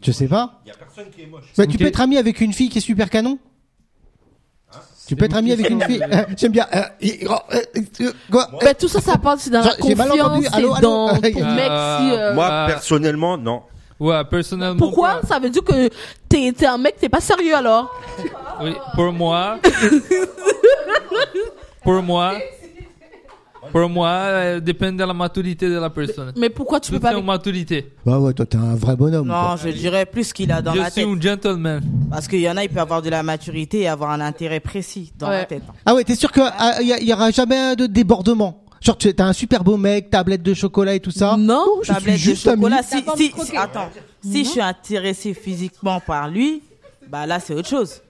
Je sais pas. Il y a personne qui est moche. Bah, Tu peux être ami avec une fille qui est super canon Tu peux être ami avec une fille. Euh, J'aime bien. euh, i- ro- euh, euh, quoi Mais Bah, tout ça, ça parle, c'est dans la J'ai mal entendu. confiance Allô, Ah. et allô dans pour mec si. euh, Ah, Moi, personnellement, non. Ouais, Bah, personnellement. Pourquoi Ça veut dire que t'es t'es un mec, t'es pas sérieux alors Oui, pour moi. pour moi. Pour moi, euh, dépend de la maturité de la personne. Mais pourquoi tu Tout peux pas est en maturité. Bah ouais, toi, t'es un vrai bonhomme. Non, quoi. je dirais plus qu'il a dans Je la suis tête. un gentleman. Parce qu'il y en a, il peut avoir de la maturité et avoir un intérêt précis dans la tête. Ah ouais, t'es sûr qu'il y, a- y aura jamais de débordement Genre, tu- t'as un super beau mec, tablette de chocolat et tout ça Oh, Non, je suis Tablette juste de ami. chocolat. Si, T'as pas si- croqué. si- attends, si je suis intéressé physiquement par lui, bah là c'est autre chose.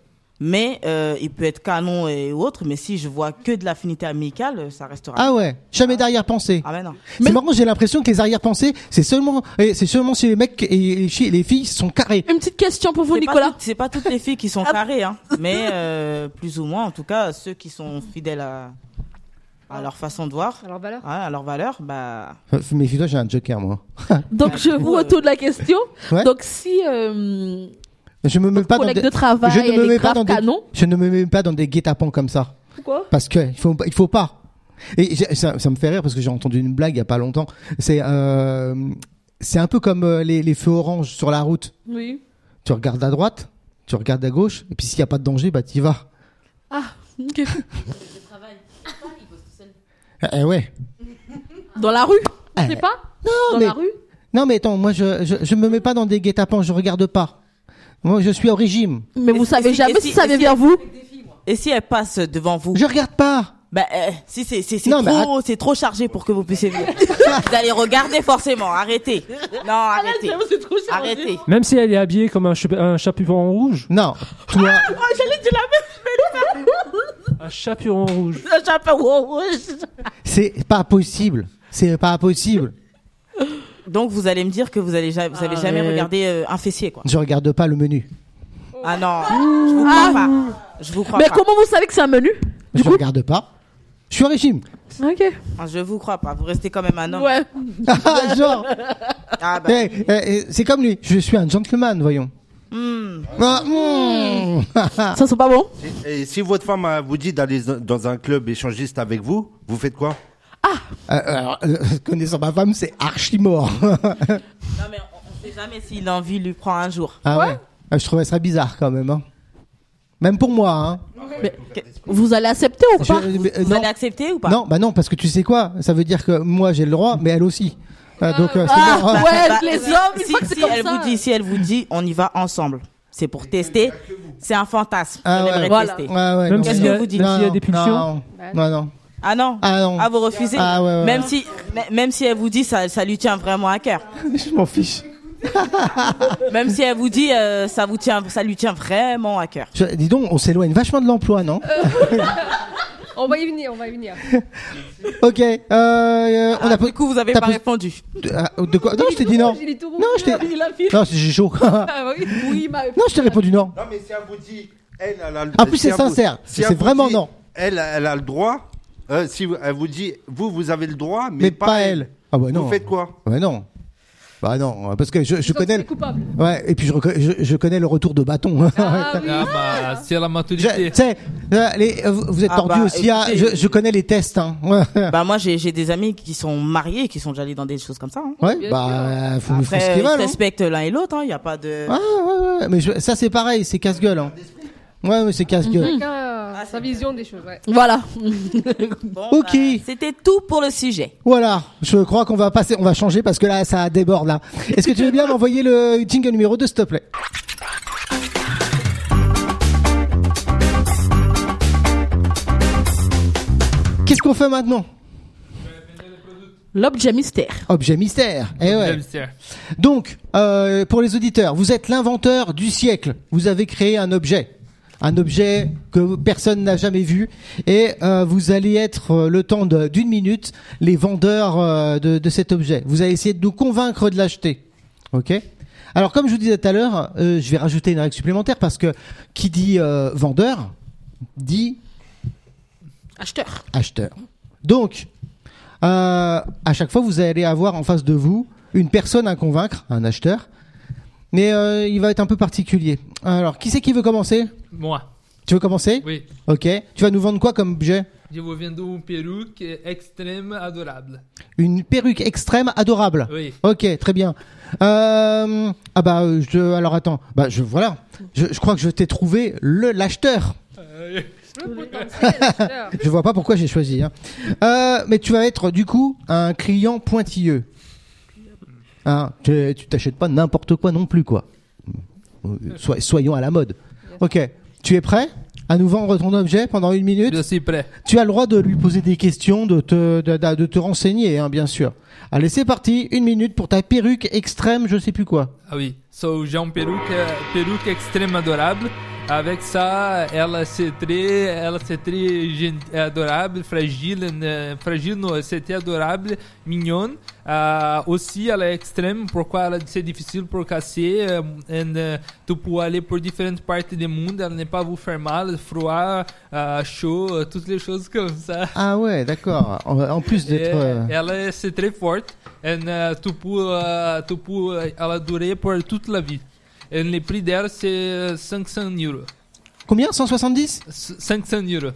Mais euh, il peut être canon et autre, mais si je vois que de l'affinité amicale, ça restera. Ah ouais, jamais d'arrière-pensée. Ah ben non. C'est marrant, j'ai l'impression que les arrière-pensées, c'est seulement, eh, c'est seulement si les mecs et les chi- les filles sont carrés. Une petite question pour vous, C'est pas Nicolas. toutes- C'est pas toutes les filles qui Ah. sont carrées, hein. Mais euh, plus ou moins, en tout cas, ceux qui sont fidèles à, à leur façon de voir, À leur valeur. ouais, à leur valeur, bah. Euh, Méfie-toi, j'ai un joker, moi. Donc je vous retourne la question. Ouais. Donc si euh, Je me mets pas dans collègue des... de travail, je ne elle me est mets pas grave dans des... canon. Je ne me mets pas dans des guet-apens comme ça. Pourquoi Parce que il faut, il faut pas. Et j'ai- ça, ça me fait rire parce que j'ai entendu une blague il y a pas longtemps. C'est, euh, c'est un peu comme euh, les, les feux oranges sur la route. Oui. Tu regardes à droite, tu regardes à gauche, et puis s'il y a pas de danger, bah t'y vas. Ah, ok. Eh, Eh ouais. Dans la rue Eh, Je sais pas Non Dans mais la rue non mais attends, moi je, je je me mets pas dans des guet-apens, je regarde pas. Moi je suis au régime. Mais vous savez si- jamais et si si- ça et vient si- vers vous. Et si elle passe devant vous Je regarde pas. Bah, euh, si c'est c'est c'est Non, trop mais c'est trop chargé pour que vous puissiez venir. vous allez regarder forcément. Arrêtez. Non, arrêtez. Arrêtez. Même si elle est habillée comme un, chep- un chaperon rouge. Non. Toi. Oh, j'allais dire la même. un chaperon rouge. Le chapeau rouge. C'est pas possible. C'est pas possible. Donc vous allez me dire que vous allez ja- vous avez jamais Arrête. regardé euh, un fessier quoi. Je regarde pas le menu. Ah non, je vous crois pas. Je vous crois Mais pas. comment vous savez que c'est un menu je regarde pas. Je suis au régime. Ok. Ah, Je vous crois pas. Vous restez quand même un homme. Ouais. Ah, genre. Ah bah. Eh, eh, eh, c'est comme lui. Je suis un gentleman, voyons. Hmm. Bah, Ah, hmm. mm. Ça c'est pas bon. Et si votre femme euh, vous dit d'aller dans un club échangiste avec vous, vous faites quoi Ah. Euh, alors, euh, connaissant ma femme, c'est archi mort. Non mais on- on sait jamais si l'envie lui prend un jour. ah ouais. Ah, Je trouvais ça bizarre quand même. hein. Même pour moi. hein. Mais vous allez accepter ou Je- pas euh, mais, euh, Vous non. allez accepter ou pas Non, bah non, parce que tu sais quoi Ça veut dire que moi j'ai le droit, mais elle aussi. Ah, donc euh, c'est Ah, mort. ouais, les Bah, si- hommes, une si, fois que c'est si comme elle ça. vous dit, si elle vous dit, on y va ensemble. C'est pour tester. C'est un fantasme. Ah on ouais. aimerait Voilà. tester. Ouais, ouais, Même non. s'il Qu'est-ce y a- que vous dites même s'il y a des pulsions. Non, non, non. Ah non. Ah non. Ah, vous refusez Ah ouais, ouais, Même ouais. si, m- même si elle vous dit, ça, ça lui tient vraiment à cœur. je m'en fiche. Même si elle vous dit, euh, ça vous tient, ça lui tient vraiment à cœur. Je- dis donc, on s'éloigne vachement de l'emploi, non Euh. On va y venir, on va y venir. Ok. euh, euh, on a Ah, du coup, vous avez t'as pas pos- répondu. de, ah, de quoi Non, je t'ai dit non. Il est tout rouge. Non, je t'ai. Il a fini. Non, c'est- j'ai chaud. Ah oui, oui, ma- Non, je t'ai répondu non. Non, mais si elle vous dit. Elle, elle a le- En plus, si c'est elle vous- sincère. elle C'est vous vraiment dit, non. Elle, elle a le droit. euh, si vous- elle vous dit, vous, vous avez le droit, mais, Mais pas elle. Ah ouais, non. Vous faites quoi Ouais, non. Bah non, parce que je, je Disons que connais. c'est coupable. Ouais, et puis je, reco- je, je connais le retour de bâton. Ah, bah, c'est la maturité. Tu sais, euh, les- euh, vous vous êtes Ah tordu bah, aussi. à- écoutez, je, je connais les tests. Hein. bah moi j'ai j'ai des amis qui sont mariés et qui sont déjà allés dans des choses comme ça. hein. Ouais, bah, faut nous faire ce Après, qu'ils ils se veulent. hein. respectent l'un et l'autre, il n'y a pas de... Ouais, ouais, ouais, mais je- ça c'est pareil, c'est casse-gueule. hein. Ouais, mais c'est casse-gueule. Chacun a sa vision des choses, ouais. Voilà. Ok. bah, C'était tout pour le sujet. Voilà, je crois qu'on va passer, on va changer parce que là ça déborde là. Est-ce que tu veux bien m'envoyer le jingle numéro 2 s'il te plaît Qu'est-ce qu'on fait maintenant L'objet mystère. Objet mystère. Eh ouais. Donc, euh, pour les auditeurs, vous êtes l'inventeur du siècle. Vous avez créé un objet. Un objet que personne n'a jamais vu. Et euh, vous allez être, euh, le temps de- d'une minute, les vendeurs euh, de, de cet objet. Vous allez essayer de nous convaincre de l'acheter. OK Alors, comme je vous disais tout à l'heure, euh, je vais rajouter une règle supplémentaire parce que qui dit euh, vendeur dit Acheteur. acheteur. Donc, euh, à chaque fois, vous allez avoir en face de vous une personne à convaincre, un acheteur, mais euh, il va être un peu particulier. Alors, qui c'est qui veut commencer Moi, Tu veux commencer Oui. Ok. Tu vas nous vendre quoi comme objet je vous vends une perruque extrême adorable. Une perruque extrême adorable. Oui. Ok, très bien. Euh, ah bah, euh, je, alors attends. Bah, je, voilà. Je, je crois que je t'ai trouvé le l'acheteur. je vois pas pourquoi j'ai choisi. hein. Euh, mais tu vas être du coup un client pointilleux. Hein, tu tu t'achètes pas n'importe quoi non plus quoi. Euh, sois- soyons à la mode. Ok. Tu es prêt à nous vendre ton objet pendant une minute Je suis prêt. Tu as le droit de lui poser des questions, de te, de, de- de te renseigner, hein, bien sûr. Allez, c'est parti. Une minute pour ta perruque extrême, je sais plus quoi. Ah oui, sou Jean Peruque, peruque extrême adorable. Avec ça, ela se très, ela se très gen- adorable, fragile, né? fragile, não, se très adorable, mignonne. Ah, aussi, ela é extrême, pourquoi ela é difícil por casser. eh, and, eh, tu peux aller por diferentes partes do mundo, ela n'est pas vous fermada, froid, ah, chaud, toutes les choses comme ça. Ah ouais, d'accord. En, en plus d'être. euh, É, ela é ser très forte. Et, euh, tu peux, euh, tu peux, euh, ela durer pour toute la vie. Et le prix dela c'est 500 euros. Combien 170 S- 500 euros.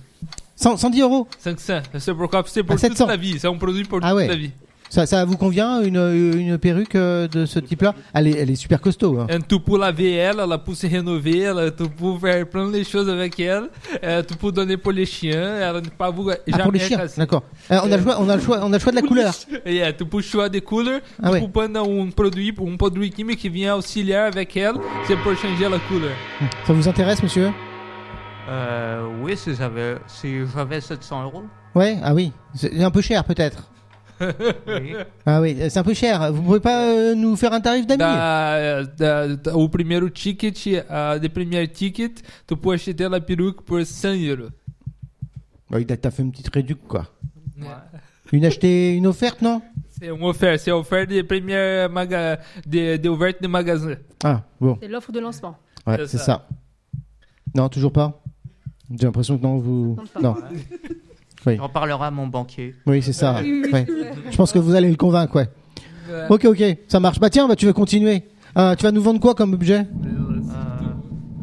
100 110 euros 500. C'est pourquoi c'est pour Ah, toute 700. la vie. C'est un produit pour Ah toute ouais. la vie. Ça, ça vous convient une, une perruque euh, de ce type-là elle est, elle est super costaud. hein. Et tu peux laver ela, ela peut se renouveler, ela, tu peux faire plein de choses avec elle. Euh, tu peux donner pour les chiens, ela assim. n'est pas vous Ah, pour les chiens, d'accord. Euh, on, a le choix- on, a le choix- on a le choix de la couleur. Yeah, tu peux choisir des couleurs, Ah tu ouais. peux prendre un produit, un produit químico qui vient auxiliaire avec elle, c'est pour changer la couleur. Ça vous intéresse, monsieur Euh, oui, si j'avais, si j'avais 700 euros. Ouais, ah oui. C'est un peu cher, peut-être. Oui. Ah oui, c'est un peu cher. Vous pouvez pas euh, nous faire un tarif d'amis Bah, Da, da, da- o primeiro ticket, ah, de premier ticket, tu peux acheter la perruque pour 100 euros. Bah, il a- T'as fait une petite réduc, quoi. Une achetée, une offerte, non C'est une offerte, c'est offert de première maga, de, de ouverte de magasin. Ah, bon. C'est l'offre de lancement. Ouais, C'est c'est ça. ça. Non, toujours pas J'ai l'impression que non, vous. Non. Oui. J'en parlerai à mon banquier. Euh, Oui, c'est ça. Oui, oui, Ouais. c'est vrai. Je pense que vous allez le convaincre, ouais. Ouais. Ok, ok, ça marche. Bah tiens, bah, tu veux continuer. Euh, tu vas nous vendre quoi comme objet Euh,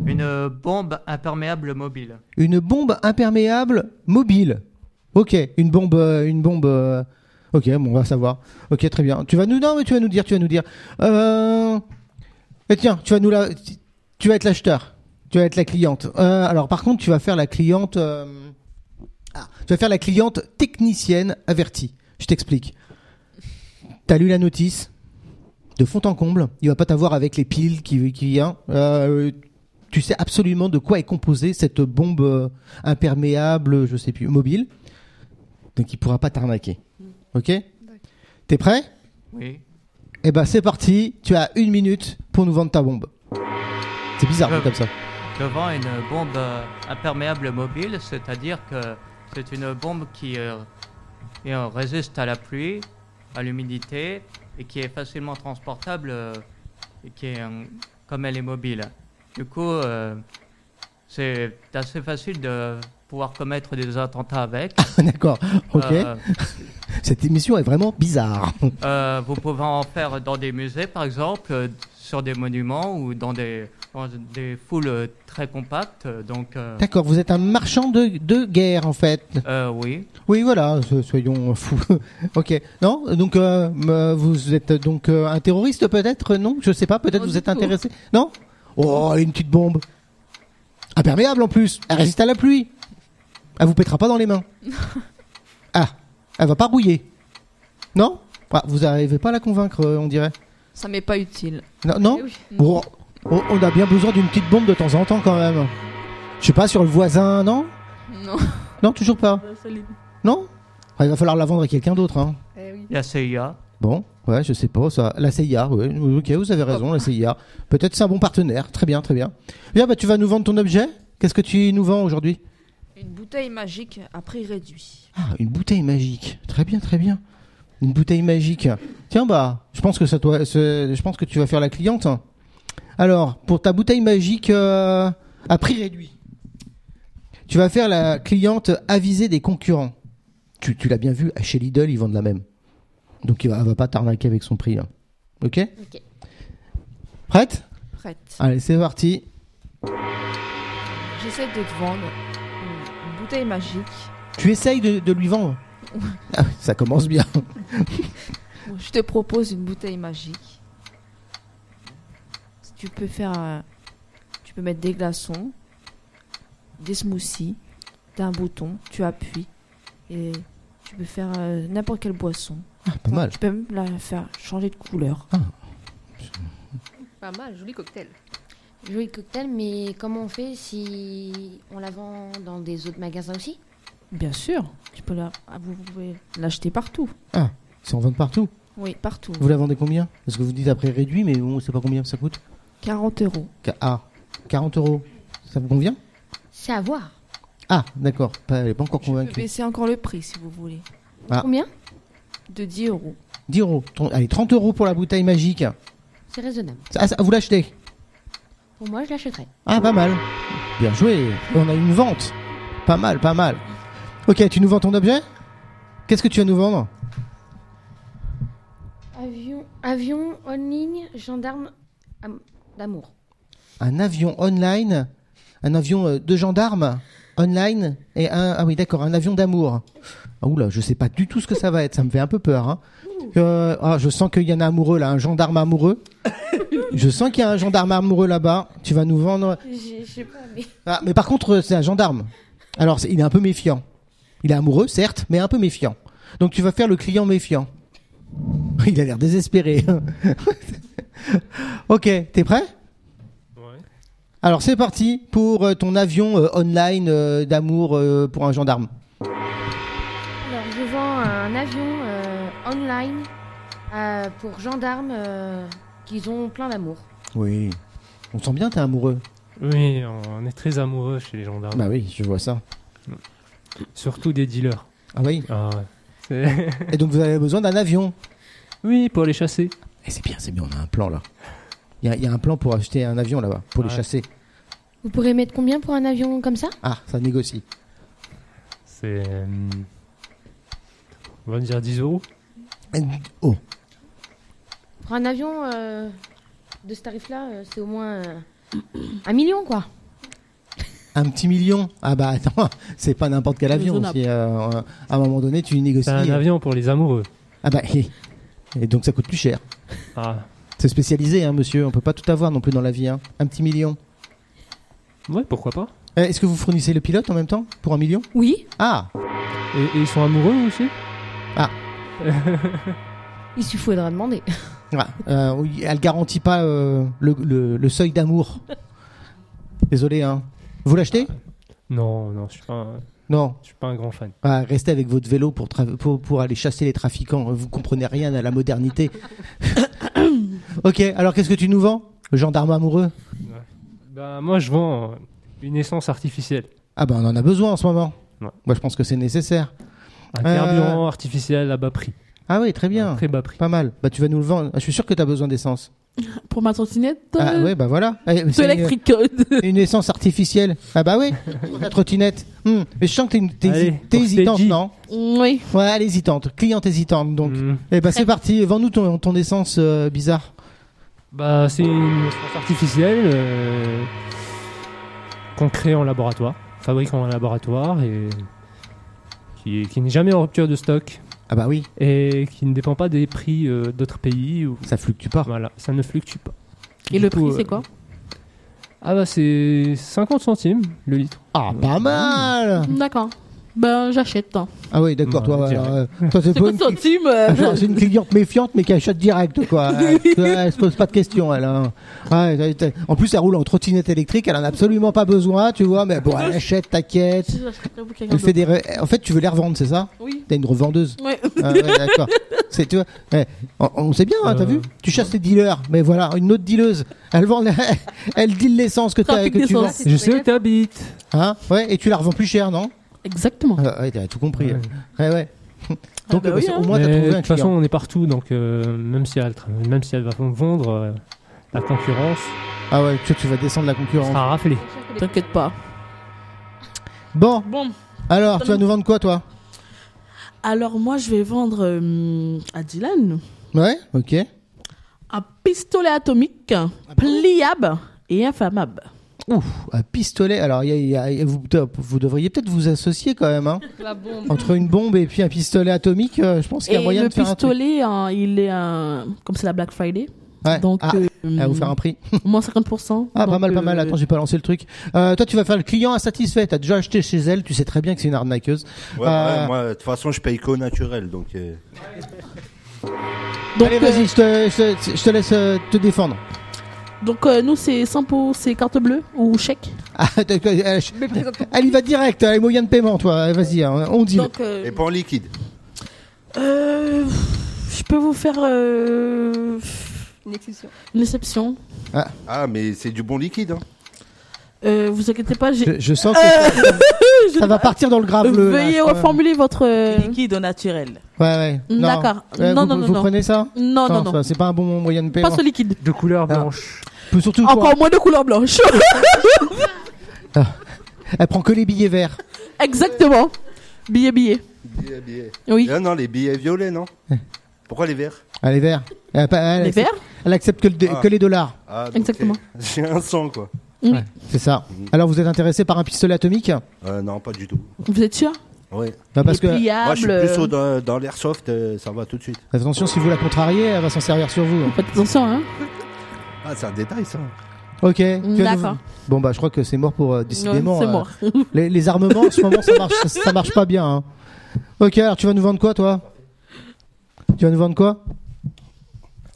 une bombe imperméable mobile. Une bombe imperméable mobile. Ok, une bombe, euh, une bombe. euh, Ok, bon, on va savoir. Ok, très bien. Tu vas nous, non, mais tu vas nous dire, tu vas nous dire. Euh... Et tiens, tu vas nous la, tu vas être l'acheteur, tu vas être la cliente. Euh, alors par contre, tu vas faire la cliente. euh, Ah, tu vas faire la cliente technicienne avertie. Je t'explique. T'as lu la notice de fond en comble. Il va pas t'avoir avec les piles qui, qui vient. Euh, tu sais absolument de quoi est composée cette bombe euh, imperméable, je sais plus, mobile. Donc il pourra pas t'arnaquer. Ok T'es prêt Oui. Eh ben c'est parti. Tu as une minute pour nous vendre ta bombe. C'est bizarre dit comme ça. Je vends une bombe euh, imperméable mobile, c'est-à-dire que c'est une bombe qui euh, et, euh, résiste à la pluie, à l'humidité et qui est facilement transportable euh, et qui est euh, comme elle est mobile. Du coup, euh, c'est assez facile de pouvoir commettre des attentats avec. D'accord. Ok. Cette émission est vraiment bizarre. Euh, vous pouvez en faire dans des musées, par exemple, euh, sur des monuments ou dans des, dans des foules euh, très compactes. euh, Donc, euh, D'accord, vous êtes un marchand de, de guerre en fait. Euh, oui. Oui, voilà, so- soyons fous. ok, non, donc euh, euh, vous êtes donc euh, un terroriste peut-être Non, je sais pas, peut-être Non, vous du êtes tout. intéressé. Non Oh, une petite bombe. Imperméable en plus, elle résiste à la pluie. Elle vous pètera pas dans les mains. ah, elle va pas rouiller. Non Ah, Vous arrivez pas à la convaincre, euh, on dirait. Ça m'est pas utile. Non, non Eh oui. Bon, on on a bien besoin d'une petite bombe de temps en temps quand même. Je sais pas, sur le voisin, non Non. Non, toujours pas. Non Ah, Il va falloir la vendre à quelqu'un d'autre. Hein. La CIA. Bon, ouais, je sais pas ça. La CIA, ouais. Ok, vous avez raison, la CIA. Peut-être c'est un bon partenaire. Très bien, très bien. Bien, bah tu vas nous vendre ton objet. Qu'est-ce que tu nous vends aujourd'hui Une bouteille magique à prix réduit. Ah, une bouteille magique. Très bien, très bien. Une bouteille magique. Tiens, bah, je pense que ça doit- ce- je pense que tu vas faire la cliente. Alors, pour ta bouteille magique euh, à prix réduit, tu vas faire la cliente avisée des concurrents. Tu, tu l'as bien vu, chez Lidl, ils vendent la même. Donc, il va, elle va pas t'arnaquer avec son prix. hein. Ok Ok. Prête Prête. Allez, c'est parti. J'essaie de te vendre une bouteille magique. Tu essayes de, de lui vendre Ah, Ça commence bien. Bon, Je te propose une bouteille magique. Tu peux faire. un- Tu peux mettre des glaçons, des smoothies, t'as un bouton, tu appuies et tu peux faire euh, n'importe quelle boisson. Ah, pas mal. Ah. Tu peux même la faire changer de couleur. Pas mal, joli cocktail. Joli cocktail, mais comment on fait si on la vend dans des autres magasins aussi Bien sûr, tu peux la. ah, Vous vous pouvez l'acheter partout. Ah, ça en vend partout Oui, partout. Vous la vendez combien Parce que vous dites après réduit, mais on ne sait pas combien ça coûte. 40 euros. Qu- Ah, 40 euros, ça vous convient C'est à voir. Ah, d'accord, pas- elle n'est pas encore Vous pouvez convaincue. baisser encore le prix si vous voulez. Ah. Combien De 10 euros. 10 euros, Ton- allez, 30 euros pour la bouteille magique. C'est raisonnable. Ah, ça- vous l'achetez Pour moi, je l'achèterais. Ah, pas mal. Bien joué, on a une vente. Pas mal, pas mal. Ok, tu nous vends ton objet Qu'est-ce que tu vas nous vendre Avion, avion, en ligne, gendarme am- d'amour. Un avion online, un avion euh, de gendarme online et un ah oui d'accord un avion d'amour. Ah, oula, je sais pas du tout ce que ça va être, ça me fait un peu peur. hein. Euh, ah, je sens qu'il y en a un amoureux là, un gendarme amoureux. je sens qu'il y a un gendarme amoureux là-bas. Tu vas nous vendre. Je sais pas, mais. Ah, mais par contre, euh, c'est un gendarme. Alors c'est- il est un peu méfiant. Il est amoureux certes, mais un peu méfiant. Donc tu vas faire le client méfiant. Il a l'air désespéré. ok, t'es prêt alors c'est parti pour euh, ton avion euh, online euh, d'amour euh, pour un gendarme. Alors, je vends un avion euh, online euh, pour gendarmes euh, qu'ils ont plein d'amour. Oui. On sent bien, t'es amoureux. Oui, on est très amoureux chez les gendarmes. Bah oui, je vois ça. Surtout des dealers. Ah oui Ah ouais. Et donc vous avez besoin d'un avion Oui, pour les chasser. Et c'est bien, c'est bien, on a un plan là. Il y a- il y, a un plan pour acheter un avion là-bas, pour les Ouais. chasser. Vous pourrez mettre combien pour un avion comme ça Ah, ça négocie. C'est. euh, on va dire 10 euros. Oh. Pour un avion euh, de ce tarif-là, euh, c'est au moins euh, un million, quoi. Un petit million Ah bah attends, c'est pas n'importe quel avion. Raisonnable. Si, euh, à un moment donné, tu négocies. euh. C'est un avion pour les amoureux. Ah bah, et, et donc ça coûte plus cher. Ah. C'est spécialisé, hein, monsieur. On peut pas tout avoir non plus dans la vie. hein. Un petit million. Ouais, pourquoi pas Euh, Est-ce que vous fournissez le pilote en même temps pour un million Oui. Ah et, et ils sont amoureux aussi Ah Il suffira de demander. Ah, euh, oui, elle garantit pas euh, le, le- le seuil d'amour. Désolé, hein. Vous l'achetez Non, non, je suis pas. un- Non. Je suis pas un grand fan. Ah, Restez avec votre vélo pour, tra- pour, pour aller chasser les trafiquants. Vous comprenez rien à la modernité. ok, alors qu'est-ce que tu nous vends Le gendarme amoureux Bah moi, je vends euh, une essence artificielle. Ah ben on en a besoin en ce moment. Ouais. Moi je pense que c'est nécessaire. Un Euh, carburant artificiel à bas prix. Ah oui, très bien. Très bas prix. Pas mal. Bah tu vas nous le vendre. Ah, Je suis sûr que tu as besoin d'essence. Pour ma trottinette. Ah ouais, bah voilà. Eh, De c'est une- l'électrique. Une, essence artificielle. Ah bah oui, la trottinette. Hmm. Mais je sens que t'es, une- t'es, Allez, hési- t'es pour hésitante, Stedgy. non Oui. Ouais, elle est hésitante. Cliente hésitante, donc. Eh bah c'est parti, vends-nous ton, ton essence euh, bizarre. Bah, c'est une essence artificielle euh, qu'on crée en laboratoire, fabrique en laboratoire et qui, qui n'est jamais en rupture de stock Ah bah oui, et qui ne dépend pas des prix euh, d'autres pays. Ou... ça fluctue pas. Voilà, ça ne fluctue pas. Et Du le coup, prix, euh, c'est quoi Ah bah, c'est 50 centimes le litre. Mmh. Ah, pas mal D'accord. Ben, j'achète. hein. Ah oui, d'accord, Ouais, toi, ouais, direct. alors, euh, toi, c'est pas 50 une... centimes. euh, Ah, Genre, c'est une cliente méfiante mais qui achète direct quoi. Elle, elle se pose pas de questions elle. hein. Ouais, t'as- t'as- en plus elle roule en trottinette électrique, elle en a absolument pas besoin, tu vois, mais bon elle achète, t'inquiète. j'achèterais pour quelqu'un Elle fait d'autre. des re- En fait tu veux les revendre, c'est ça Oui. T'es une revendeuse. Ouais. Ah ouais, d'accord. C'est tu vois, ouais. on, on sait bien, hein, t'as Euh, vu Tu chasses les dealers, mais voilà, une autre dealeuse, elle vend, la- elle deal l'essence que, t'as- Trafic que tu vends, d'essence. Je sais où t'habites. hein Ouais, et tu la revends plus cher, non Exactement. Ah, Ouais, t'as tout compris. Ouais. Ouais, ouais. Donc bah euh, oui, au hein. moins t'as Mais trouvé de un toute façon, client. on est partout, donc euh, même, si elle, tra- même si elle va vendre, euh, la concurrence Ah ouais, tu, tu vas descendre la concurrence. Ah, sera raflée. T'inquiète pas. Bon, Bon. alors tu vas nous vendre quoi toi Alors, moi, je vais vendre euh, à Dylan Ouais, ok. un pistolet atomique Ah pliable et inflammable. Ouf, un pistolet. Alors, il y a- il y a- il y a- vous, vous devriez peut-être vous associer quand même. hein. La bombe. Entre une bombe et puis un pistolet atomique, euh, je pense qu'il y a Et moyen le de faire un truc. pistolet, hein, il est un. Comme c'est la Black Friday. Ouais. Donc, ah, euh, elle va vous faire un prix. moins 50%. Ah, pas donc, mal, pas mal. euh, Attends, j'ai pas lancé le truc. Euh, toi, tu vas faire le client insatisfait. T'as déjà acheté chez elle. Tu sais très bien que c'est une arnaqueuse. Euh, Ouais, ouais, bah, moi, de toute façon, je paye qu'au naturel, donc. euh, donc, Allez, euh, vas-y, je te, je te- je te laisse euh, te défendre. Donc euh, nous c'est 100 pour c'est carte bleue ou chèque. Ah, t'as- elle, Mais présente-toi. elle y va direct. Elle a les moyens de paiement, toi. Vas-y, hein, on dit. Donc euh, Et pas en liquide. euh, je peux vous faire euh, Une exception. une exception. Ah, mais c'est du bon liquide. Hein. Euh, vous inquiétez pas, j'ai Euh, Je, je sens que je- ça va partir dans le grave. Euh, le, là, veuillez quand même. reformuler votre euh, Liquide au naturel. Ouais, ouais. Non. Mm, D'accord. Euh, Non, vous- non, non, Vous non. prenez ça Non non Attends, non. ça, C'est pas un bon moyen de paiement. Pas ce liquide. De couleur Ah. blanche. Peut surtout qu'on- Encore moins de couleur blanche. Ah. Elle prend que les billets verts. Exactement. Billet billet. Billets, billets. Oui. Ah non, les billets violets, non Eh. Pourquoi les verts Elle est vert. Ah, Elle, pas- elle Les accepte, verts elle accepte que, le de- Ah. que les dollars. ah, donc, Exactement. euh, J'ai un sang, quoi. C'est ça. Alors vous êtes intéressé par un pistolet atomique Mm. Euh, non, pas du tout. Vous êtes sûr Ouais. Bah, Parce Il est que pliable. Moi, je suis euh, plus au- dans, dans l'airsoft, euh, ça va tout de suite. attention, si vous la contrariez, elle va s'en servir sur vous. Faites attention hein. Ah, c'est un détail, ça. Ok. tu vas nous- D'accord. Bon bah je crois que c'est mort pour euh, décidément. Ouais, c'est euh, mort. les, les armements en ce moment ça marche, ça, ça marche pas bien. hein. Ok. Alors tu vas nous vendre quoi toi Tu vas nous vendre quoi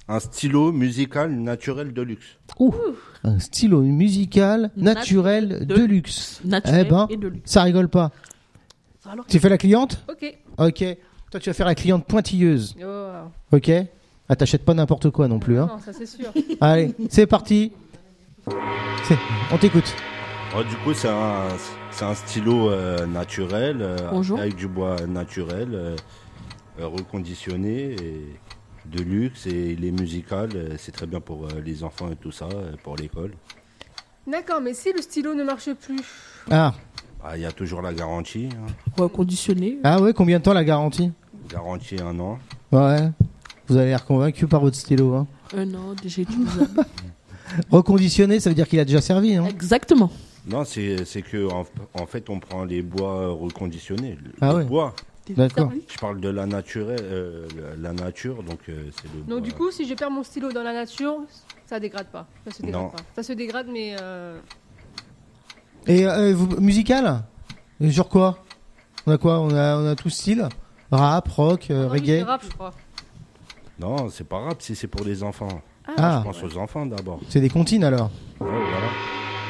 Un stylo musical naturel de luxe. Un stylo musical naturel de, de luxe. Naturel Eh ben. et de luxe. Ça rigole pas. Alors- Tu fais la cliente Ok. Ok. Toi tu vas faire la cliente pointilleuse. Oh, wow. Ok. Ah, t'achètes pas n'importe quoi non plus. Hein. Non, ça c'est sûr. Allez, c'est parti. C'est- On t'écoute. Oh, du coup, c'est un, c'est un stylo euh, naturel, euh, Bonjour. avec du bois naturel, euh, euh, reconditionné, et de luxe, et il est musical. euh, c'est très bien pour euh, les enfants et tout ça, euh, pour l'école. D'accord, mais si le stylo ne marche plus, Ah, Ah, Il y a toujours la garantie. hein. Reconditionné. ah ouais, combien de temps la garantie Garantie un an. Ouais. Vous avez l'air convaincu par votre stylo. Hein. Un an Euh, déjà utilisable. Reconditionné, ça veut dire qu'il a déjà servi, hein. non Exactement. Non, c'est c'est que en, en fait, on prend les bois reconditionnés. Le, Ah le ouais. bois. D'accord. Je parle de la nature, euh, la nature, donc euh, c'est le. bois. donc du coup, si je perds mon stylo dans la nature, ça dégrade pas. Ça se dégrade Non. pas. Ça se dégrade, mais euh, Et euh, vous- musical Et Genre quoi On a quoi on a, on a tout style Rap, rock, euh, non, Ah oui, c'est reggae rap, je crois. Non, c'est pas grave si c'est pour les enfants. Ah, Je pense aux enfants d'abord. c'est des comptines alors. Ouais, voilà.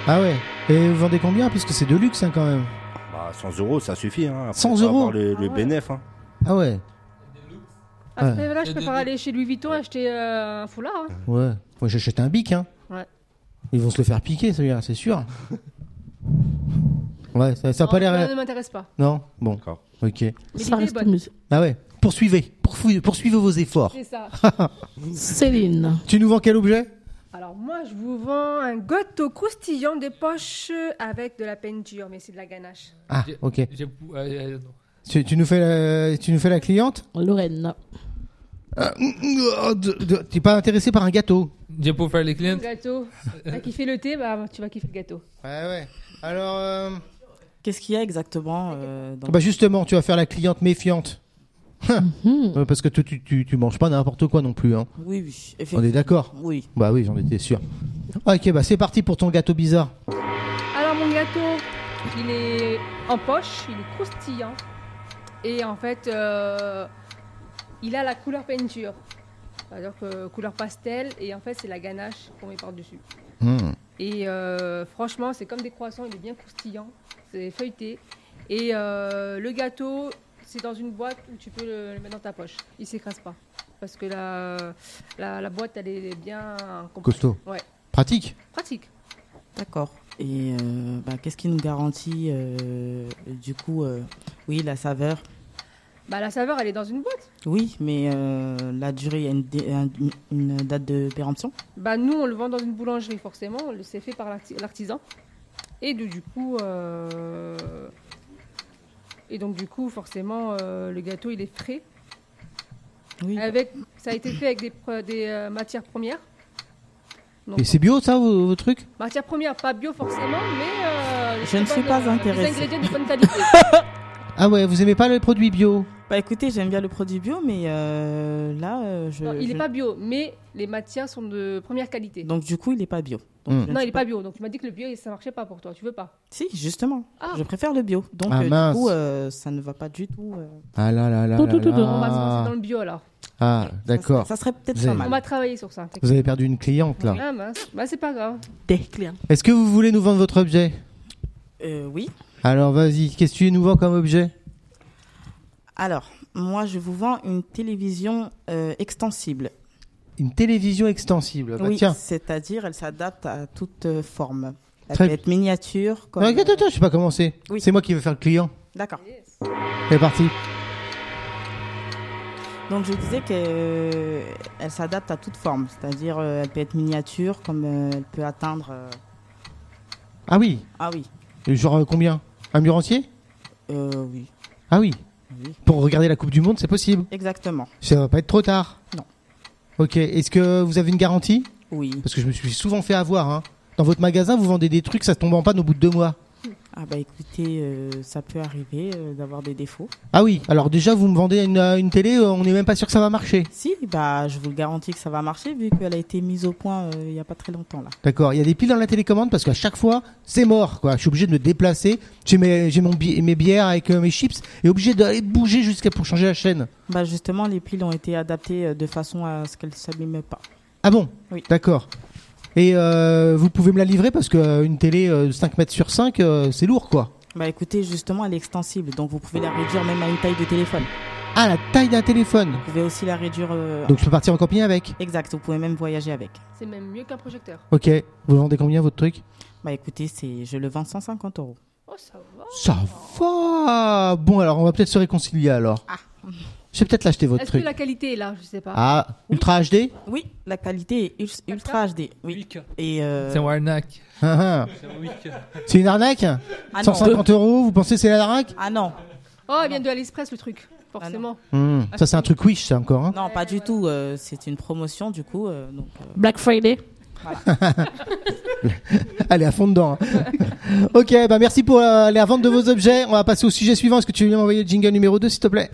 Ah ouais. Et vous vendez combien Puisque c'est de luxe hein, quand même. Bah, 100 euros, ça suffit. Hein. Après, 100 faut avoir euros le, le bénéf. hein. Ah ouais. À Ouais. ce là je Et préfère de- aller chez Louis Vuitton acheter euh, un foulard. hein. Ouais. Moi j'achète un bic, hein. Ouais. Ils vont se le faire piquer, celui-là, c'est sûr. ouais, ça, ça a pas Non, l'air. ça ne m'intéresse pas. Non Bon, D'accord. ok. Mais Ça l'idée est reste bonne. musique. Ah ouais, poursuivez, pourfou- poursuivez vos efforts. C'est ça. Céline. Tu nous vends quel objet Alors moi, je vous vends un gâteau croustillant de poche avec de la peinture, mais c'est de la ganache. Ah, ok. J'ai- euh, non. Tu, tu nous fais la, tu nous fais la cliente Lorraine. Euh, euh, de- de- T'es pas intéressé par un gâteau J'ai pour faire les Le clients. gâteau. T'as kiffé le thé, bah tu vas kiffer le gâteau. Ouais, ouais. Alors. euh, Qu'est-ce qu'il y a exactement euh, dans- Bah justement, tu vas faire la cliente méfiante. Mhm. Euh, Parce que tu, tu, tu, tu manges pas n'importe quoi non plus. Hein. Oui, oui. On est d'accord Oui. Bah oui, j'en étais sûr. Ok, bah c'est parti pour ton gâteau bizarre. Alors mon gâteau, il est en poche, il est croustillant et en fait, euh, il a la couleur peinture, c'est-à-dire que couleur pastel et en fait c'est la ganache qu'on met par dessus. Hmm. Et euh, franchement, c'est comme des croissants, il est bien croustillant, c'est feuilleté. Et euh, le gâteau, c'est dans une boîte où tu peux le, le mettre dans ta poche. Il s'écrase pas. Parce que la, la, la boîte, elle est bien compacte. Costaud. Ouais, Pratique pratique. D'accord. Et euh, bah, qu'est-ce qui nous garantit, euh, du coup, euh, oui, la saveur Bah, la saveur, elle est dans une boîte. Oui, mais euh, la durée, il y a une, dé- un- une date de péremption Bah, nous, on le vend dans une boulangerie, forcément. on le- C'est fait par l'arti- l'artisan. Et de- du coup. euh, Et donc, du coup, forcément, euh, le gâteau, il est frais. Oui. Avec, ça a été fait avec des, pre- des euh, matières premières. Donc, Et c'est bio ça, vos, vos trucs matières premières, pas bio forcément, mais. euh, Je ne des suis bonnes, pas euh, des intéressée. ingrédients de bonne qualité. Ah ouais, vous aimez pas les produits bio Bah écoutez, j'aime bien le produit bio, mais euh, là, euh, je. Non, il je- n'est pas bio, mais les matières sont de première qualité. Donc du coup, il n'est pas bio. Donc, Hmm. je ne non, sais il n'est pas bio. Donc tu m'as dit que le bio, ça marchait pas pour toi. Tu veux pas Si, justement. Ah. Je préfère le bio. Donc Ah, euh, mince. du coup, euh, ça ne va pas du tout. euh, Ah là là là Tout, là tout, tout, là. tout. On va se lancer dans le bio alors. Ah, d'accord. Ça, serait peut-être Vous pas avez- On mal. va travailler sur ça. Vous avez perdu une cliente là. Ah mince, bah c'est pas grave. Des clients. Est-ce que vous voulez nous vendre votre objet Euh, oui. Alors vas-y, qu'est-ce que tu nous vends comme objet Alors, moi, je vous vends une télévision euh, extensible. Une télévision extensible. Bah, oui, tiens. c'est-à-dire, elle s'adapte à toute euh, forme. Elle Très peut être miniature. Comme... Non, attends, attends, je sais pas comment c'est. Oui. C'est moi qui vais faire le client. D'accord. C'est parti. Donc je disais qu'elle elle s'adapte à toute forme, c'est-à-dire euh, elle peut être miniature comme euh, elle peut atteindre. euh, Ah oui. Ah oui, Et Genre euh, combien Un mur entier euh, oui, Ah oui. oui, Pour regarder la Coupe du Monde, c'est possible. exactement, Ça va pas être trop tard. Non. Ok. Est-ce que vous avez une garantie oui. Parce que je me suis souvent fait avoir. Hein. Dans votre magasin, vous vendez des trucs, ça tombe en panne au bout de deux mois. Ah bah écoutez, euh, ça peut arriver euh, d'avoir des défauts. Ah oui. Alors déjà, vous me vendez une, euh, une télé, euh, on n'est même pas sûr que ça va marcher. Si, bah je vous le garantis que ça va marcher vu qu'elle a été mise au point euh, il y a pas très longtemps là. D'accord. Il y a des piles dans la télécommande parce qu'à chaque fois, c'est mort. Quoi. Je suis obligé de me déplacer. J'ai mes, j'ai mon bi- mes bières avec euh, mes chips et obligé d'aller bouger jusqu'à pour changer la chaîne. Bah justement, les piles ont été adaptées euh, de façon à ce qu'elles s'abîment pas. Ah bon Oui. D'accord. Et euh, vous pouvez me la livrer parce qu'une télé euh, 5 mètres sur 5, euh, c'est lourd quoi. Bah écoutez, justement, elle est extensible, donc vous pouvez la réduire même à une taille de téléphone. Ah, la taille d'un téléphone Vous pouvez aussi la réduire. euh, Donc je peux partir en camping avec Exact, vous pouvez même voyager avec. C'est même mieux qu'un projecteur. Ok. Vous vendez combien votre truc Bah écoutez, c'est je le vends 150 euros. Oh ça va. Ça va Bon, alors on va peut-être se réconcilier alors. Je vais peut-être l'acheter votre Ah. Est-ce que truc. la qualité est là Je sais pas. Ah, Ultra HD Oui, la qualité est ul- ultra HD. Oui. Et euh, C'est un arnaque. Ah, ah. C'est une arnaque ah, non. 150 euros, vous pensez que c'est la arnaque ah non, Oh, elle vient de AliExpress le truc, forcément. Hmm, Ça c'est un truc wish ça encore. hein. non, pas du tout. euh, c'est une promotion du coup. euh, donc, euh, Black Friday. Allez à fond dedans. hein. ok, bah merci pour euh, la vente de vos objets. On va passer au sujet suivant. Est-ce que tu veux bien m'envoyer le jingle numéro 2 s'il te plaît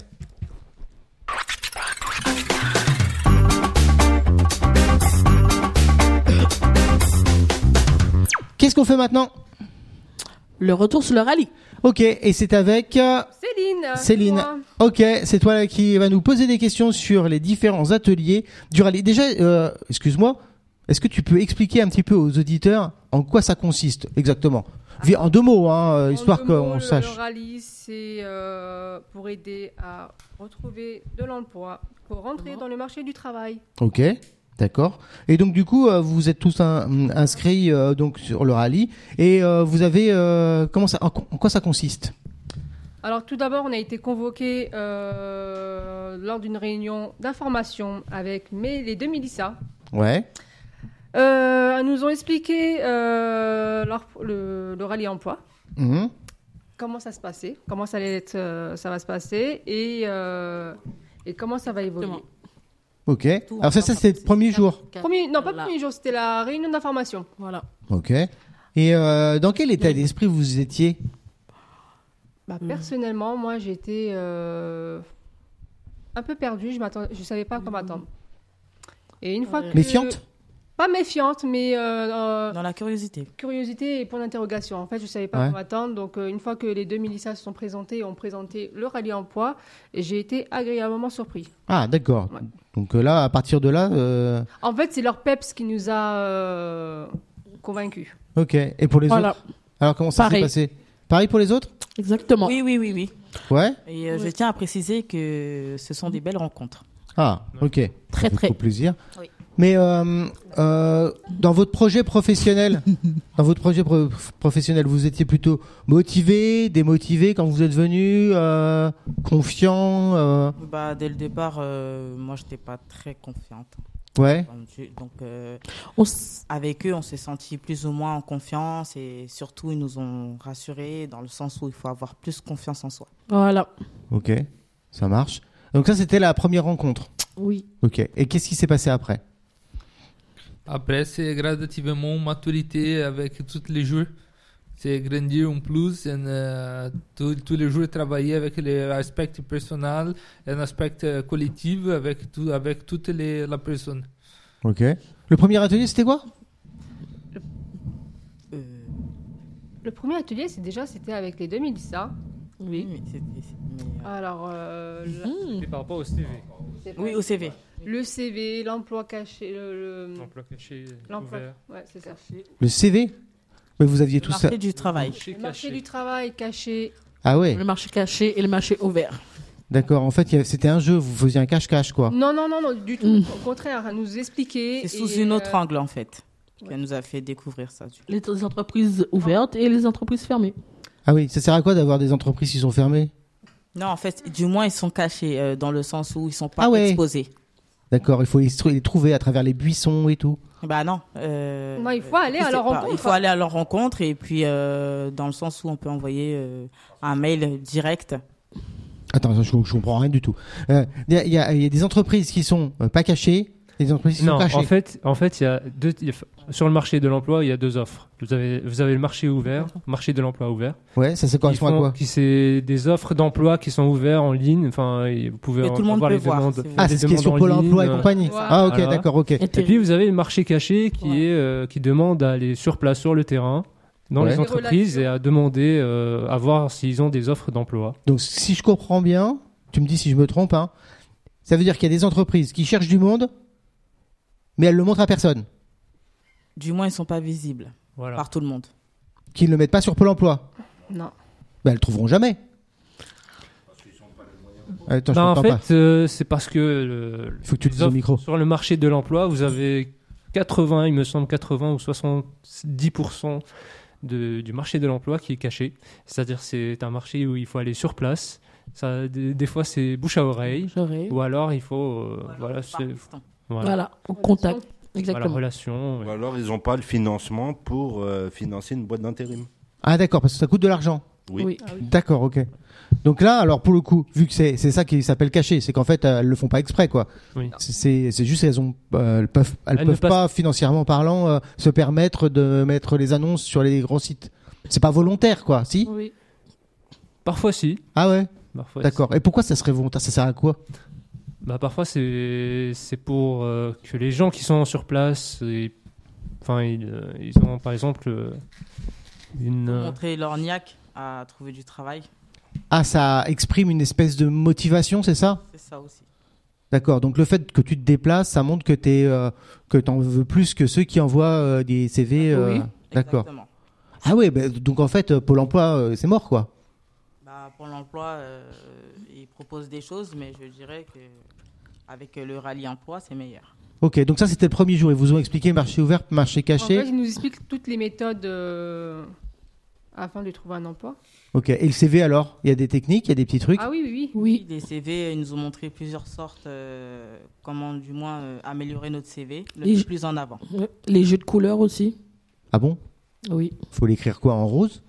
Qu'est-ce qu'on fait maintenant Le retour sur le rallye. Ok, et c'est avec... euh, Céline. euh, Céline. dis-moi. Ok, c'est toi là qui va nous poser des questions sur les différents ateliers du rallye. Déjà, euh, excuse-moi, est-ce que tu peux expliquer un petit peu aux auditeurs en quoi ça consiste exactement Vi- En deux mots, hein, euh, En histoire deux mots, qu'on le- sache. Le rallye, c'est euh, pour aider à retrouver de l'emploi, pour rentrer dans le marché du travail. Ok, d'accord. Et donc du coup, euh, vous êtes tous un- inscrits euh, donc sur le rallye et euh, vous avez euh, comment ça, en, co- en quoi ça consiste Alors tout d'abord, on a été euh, convoqué lors d'une réunion d'information avec mes, les deux Mélissa. Ouais. Euh, elles nous ont expliqué euh, leur- le, le rallye emploi, Mhm. comment ça se passait, comment ça, allait être, euh, ça va se passer et, euh, et comment ça va évoluer. Ok. Alors ça, ça c'est le premier jour. Premier, non, pas premier jour, c'était la réunion d'information. Voilà. Ok. Et euh, dans quel état d'esprit vous étiez Bah, Hmm. Personnellement, moi, j'étais euh, un peu perdue. Je ne savais pas à quoi m'attendre. Et une fois que... Méfiante Pas méfiante, mais... Dans la curiosité. Curiosité et point d'interrogation. En fait, je ne savais pas à Ouais. quoi m'attendre. Donc, euh, une fois que les deux Mélissa se sont présentées et ont présenté le rallye emploi, j'ai été agréablement surpris. Ah, d'accord. Donc euh, là, à partir de là, euh, En fait, c'est leur PEPS qui nous a euh, convaincus. ok. Et pour les Voilà. autres Alors comment ça s'est Pareil. passé Pareil pour les autres Exactement. Oui, oui, oui, oui. Ouais. Et euh, je tiens à préciser que ce sont des belles rencontres. Ah, ok. Très, Ça fait très. Au plaisir. Mais euh, euh, dans votre projet professionnel, dans votre projet pro- professionnel, vous étiez plutôt motivé, démotivé quand vous êtes venu, euh, confiant. euh, Bah, dès le départ, euh, moi, je n'étais pas très confiante. Ouais. Comme tu- Donc, euh, On s- avec eux, on s'est senti plus ou moins en confiance et surtout, ils nous ont rassurés dans le sens où il faut avoir plus confiance en soi. Voilà. Ok, ça marche. Donc ça, c'était la première rencontre. Oui. Ok. Et qu'est-ce qui s'est passé après Après, c'est gradativement maturité avec tous les jours. C'est grandir en plus, et, euh, tous tous les jours travailler avec l'aspect personnel, un aspect euh, collectif avec, tout, avec toutes les la personne. Ok. Le premier atelier, c'était quoi Le premier atelier, c'est déjà, c'était avec les deux hein. Mélissa. Oui. Mais c'est- c'est- mais, euh, Alors, euh, la- Et par rapport Ah, au CV. c'est pas- Oui, au CV. le CV, l'emploi caché, le- le- L'emploi caché, l'emploi, ouvert. ouais, c'est ça. Le CV Mais vous aviez tout ça. Marché du travail. Le marché du travail caché. Ah ouais. Le marché caché et le marché ouvert. D'accord. En fait, il y avait- c'était un jeu. Vous faisiez un cache-cache, quoi. Non, non, non, non, du tout. Mm. Au contraire, à nous expliquer. C'est sous et, une autre euh, angle, en fait, qu'elle nous a fait découvrir ça. Les les entreprises ouvertes et les entreprises fermées. Ah oui. Ça sert à quoi d'avoir des entreprises qui sont fermées Non, en fait, du moins, ils sont cachés euh, dans le sens où ils sont pas Ah ouais. exposés. D'accord. Il faut les trou- les trouver à travers les buissons et tout. Bah non. euh, Non, il faut aller à c'est leur pas- rencontre. Il faut aller à leur rencontre et puis euh, dans le sens où on peut envoyer euh, un mail direct. Attends, attends, je, je comprends rien du tout. Euh, Il y, a- il y a il y a des entreprises qui sont euh, pas cachées et des entreprises qui Non, sont cachées. en fait, en fait, il y a deux, il y a- sur le marché de l'emploi, il y a deux offres. Vous avez, vous avez le marché ouvert, marché de l'emploi ouvert. Ouais, ça, ça Qui correspond à font- quoi qui c'est des offres d'emploi qui sont ouvertes en ligne. Enfin, et vous pouvez Et tout le monde avoir peut les voir, demandes. si vous voulez. Ah, les c'est ce qui est demandes sur en Pôle ligne, emploi et euh, compagnie. Voilà. Ah, ok, Voilà. d'accord, ok. Et Et puis vous avez le marché caché qui Ouais. est euh, qui demande à aller sur place sur le terrain dans Ouais. les Des entreprises relations. et à demander euh, à voir s'ils ont des offres d'emploi. Donc, si je comprends bien, tu me dis si je me trompe, hein, ça veut dire qu'il y a des entreprises qui cherchent du monde, mais elles le montrent à personne, Du moins, ils sont pas visibles Voilà. par tout le monde. qui ne le mettent pas sur Pôle emploi. Non. Ben, elles le trouveront jamais. Attends, je Bah, en comprends pas. fait, euh, c'est parce que le- Faut que tu te les dises au offres micro. sur le marché de l'emploi, vous avez 80, il me semble 80 ou 70 de- du marché de l'emploi qui est caché. C'est-à-dire c'est un marché où il faut aller sur place. Ça, des, des fois c'est bouche à oreille, J'aurais. ou alors il faut euh, voilà, c'est- voilà. Voilà, au contact. Voilà, Exactement. relation. ouais. Ou alors, ils n'ont pas le financement pour euh, financer une boîte d'intérim. Ah, d'accord, parce que ça coûte de l'argent. Oui. Oui. Ah D'accord, ok. Donc là, alors pour le coup, vu que c'est c'est ça qui s'appelle caché, c'est qu'en fait, euh, elles le font pas exprès, quoi. Oui. C'est c'est juste qu'elles ont, euh, elles peuvent, elles Elles ne peuvent pas, passent- financièrement parlant, euh, se permettre de mettre les annonces sur les gros sites. C'est pas volontaire, quoi, si Oui. Parfois si. Ah ouais, Parfois, d'accord. Et pourquoi ça serait volontaire Ça sert à quoi Bah, parfois, c'est c'est pour euh, que les gens qui sont sur place, et- enfin, ils, euh, ils ont par exemple euh, une. euh, Montrer leur niaque à trouver du travail, Ah, ça exprime une espèce de motivation, c'est ça c'est ça aussi. D'accord. Donc le fait que tu te déplaces, ça montre que t'es, euh, que t'en veux plus que ceux qui envoient euh, des CV. euh, Ah Oui. D'accord. Exactement. Ah ouais, bah, donc en fait, euh, Pôle Emploi, euh, c'est mort, quoi. Bah, pour l'emploi, euh, ils proposent des choses, mais je dirais que avec le rallye emploi, c'est meilleur. Ok, donc ça c'était le premier jour. Ils vous ont expliqué marché ouvert, marché En caché. fait, ils nous expliquent toutes les méthodes euh, afin de trouver un emploi. Ok. Et le CV alors Il y a des techniques, il y a des petits trucs. Ah oui, oui, oui. Oui, les CV, ils nous ont montré plusieurs sortes, euh, comment du moins euh, améliorer notre CV, le Les- plus en avant. Les jeux de couleurs aussi. Ah bon Oui. Faut l'écrire quoi en rose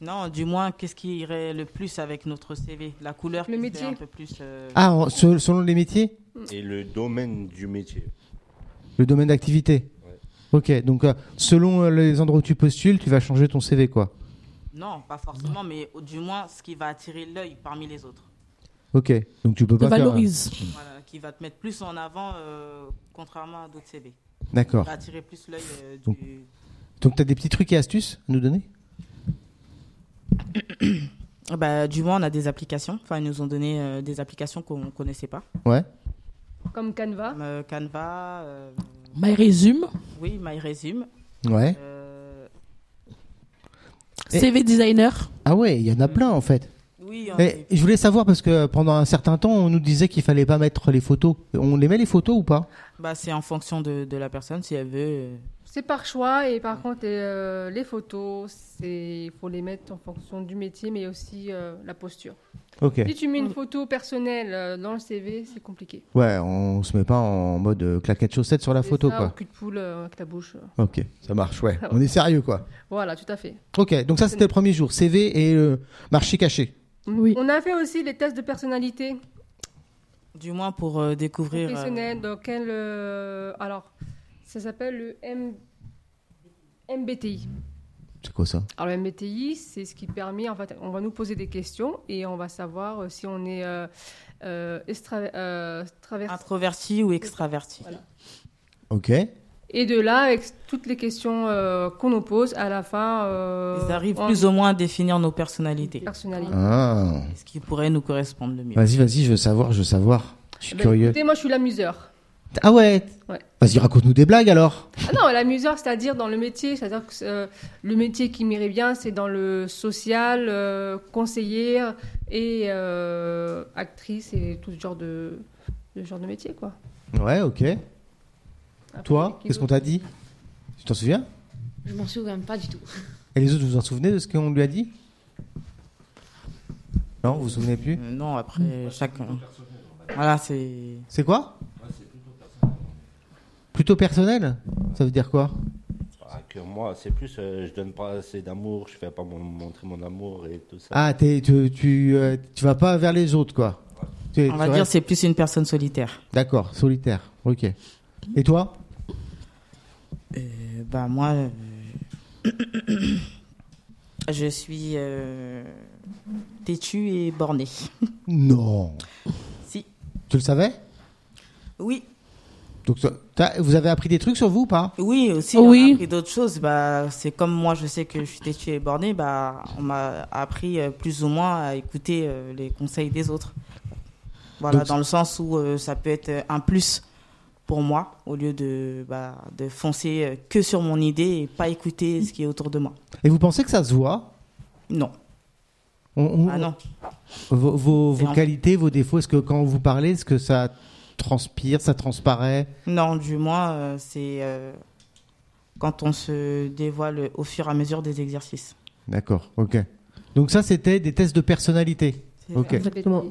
Non, du moins, qu'est-ce qui irait le plus avec notre CV La couleur Le qui métier. serait un peu plus. euh, Ah, en- se- selon les métiers Et le domaine du métier. Le domaine d'activité Ok, donc euh, selon euh, les endroits où tu postules, tu vas changer ton CV quoi. Non, pas forcément, mais au- du moins ce qui va attirer l'œil parmi les autres. Ok, donc tu peux Te pas faire- valorise. Voilà, qui va te mettre plus en avant, euh, contrairement à d'autres CV. D'accord. Va attirer plus l'œil euh, Donc- du. Donc tu as des petits trucs et astuces à nous donner Ah Bah, du moins, on a des applications. Enfin, ils nous ont donné euh, des applications qu'on ne connaissait pas. Ouais. Comme Canva. Comme, euh, Canva, euh, My Resume, oui, MyResume. Ouais. euh, Et- CV Designer. Ah ouais, il y en a plein en fait. oui, on- Et je voulais savoir parce que pendant un certain temps, on nous disait qu'il fallait pas mettre les photos. On les met les photos ou pas bah, c'est en fonction de, de la personne si elle veut. euh, C'est par choix et par contre euh, les photos, c'est il faut les mettre en fonction du métier mais aussi euh, la posture. Ok. Si tu mets une photo personnelle euh, dans le CV, c'est compliqué. Ouais, on se met pas en mode euh, claquette chaussette sur la C'est photo ça, ou quoi. cul de poule euh, avec ta bouche. euh. Ok, ça marche, ouais. On est sérieux quoi. Voilà, tout à fait. Ok, donc ça c'était le premier jour. CV et euh, marché caché. Oui. On a fait aussi les tests de personnalité Du moins pour euh, découvrir. euh, professionnelle dans quel euh, alors ça s'appelle le M- MBTI. C'est quoi ça Alors le MBTI, c'est ce qui permet, en fait, on va nous poser des questions et on va savoir euh, si on est euh, euh, extra- euh, traversé introverti ou extraverti. Voilà. Ok. Et de là, avec toutes les questions euh, qu'on nous pose, à la fin, euh, Ils arrivent on- plus ou moins à définir nos personnalités. personnalité. Ah. Ce qui pourrait nous correspondre le mieux. Vas-y, vas-y, je veux savoir, je veux savoir. Je suis Ben, curieux. écoutez, moi, je suis l'amuseur. Ah ouais Ouais. Vas-y, raconte-nous des blagues alors. Ah non, l'amuseur, c'est-à-dire dans le métier, c'est-à-dire que euh, le métier qui m'irait bien, c'est dans le social, euh, conseillère et euh, actrice et tout ce genre de, de genre de métier, quoi. Ouais, ok. Après, Toi, qui qu'est-ce qu'on d'autre t'a dit Tu t'en souviens Je m'en souviens pas du tout. Et les autres, vous vous en souvenez de ce qu'on lui a dit Non, vous vous souvenez plus Euh, non, après, chacun. Voilà, c'est. C'est quoi Plutôt personnel Ça veut dire quoi Ah, que moi, c'est plus, euh, je donne pas assez d'amour, je fais pas mon- montrer mon amour et tout ça. Ah, t'es- tu, tu, euh, tu vas pas vers les autres, quoi. Tu es- On tu va restes- dire c'est plus une personne solitaire. D'accord, solitaire. Ok. Et toi Euh, bah moi, euh, je suis euh, têtue et bornée. Non. Si. Tu le savais Oui, Donc, ça- t'as- vous avez appris des trucs sur vous ou pas oui aussi. Oui. On a appris d'autres choses. Bah c'est comme moi, je sais que je suis têtue et bornée. Bah on m'a appris euh, plus ou moins à écouter euh, les conseils des autres. Voilà, Donc- dans le sens où euh, ça peut être un plus pour moi au lieu de bah, de foncer euh, que sur mon idée et pas écouter ce qui est autour de moi. Et vous pensez que ça se voit Non, On- on- ah non. Vos, vos- vos C'est un- qualités, vos défauts, est-ce que quand vous parlez, est-ce que ça transpire, ça transparaît Non, du moins, euh, c'est euh, quand on se dévoile au fur et à mesure des exercices. D'accord, ok. Donc ça, c'était des tests de personnalité. C'est- Ok. Exactement.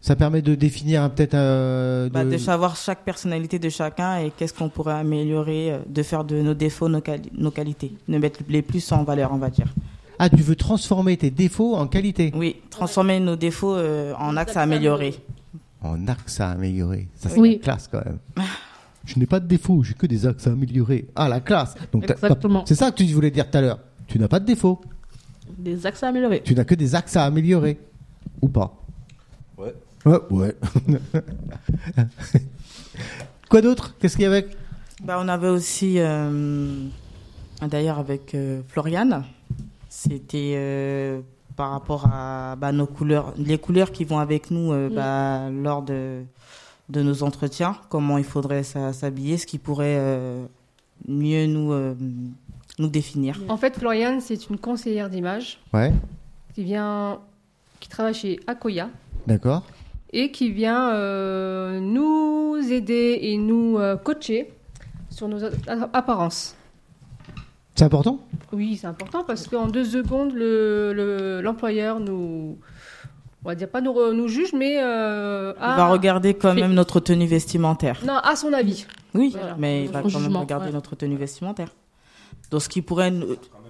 Ça permet de définir hein, peut-être... euh, Bah, de- de savoir chaque personnalité de chacun et qu'est-ce qu'on pourrait améliorer, euh, de faire de nos défauts nos, quali- nos qualités, de mettre les plus en valeur, on va dire. Ah, tu veux transformer tes défauts en qualité Oui, transformer nos défauts euh, en axes à améliorer. En axes à améliorer. Ça, c'est Oui. la classe quand même. Je n'ai pas de défauts, j'ai que des axes à améliorer. Ah, la classe Donc, t'as- t'as- Exactement. C'est ça que tu voulais dire tout à l'heure. Tu n'as pas de défauts, Des axes à améliorer. tu n'as que des axes à améliorer. Ou pas Ouais. Ouais. ouais. Quoi d'autre Qu'est-ce qu'il y avait Bah, on avait aussi, euh, d'ailleurs, avec euh, Floriane, c'était euh, par rapport à bah, nos couleurs, les couleurs qui vont avec nous euh, Mm. bah, lors de, de nos entretiens, comment il faudrait s'a- s'habiller, ce qui pourrait euh, mieux nous, euh, nous définir. En fait, Floriane, c'est une conseillère d'image Ouais, qui vient, qui travaille chez Akoya d'accord. et qui vient euh, nous aider et nous euh, coacher sur nos a- apparences. C'est important Oui, c'est important parce qu'en deux secondes, le- le- l'employeur nous. On va dire pas nous, re- nous juge, mais. euh, Il a- va regarder quand Fait- même notre tenue vestimentaire. Non, à son avis. Oui, Voilà. mais il Notre va quand même jugement, regarder ouais. notre tenue vestimentaire. Donc ce qui pourrait nous...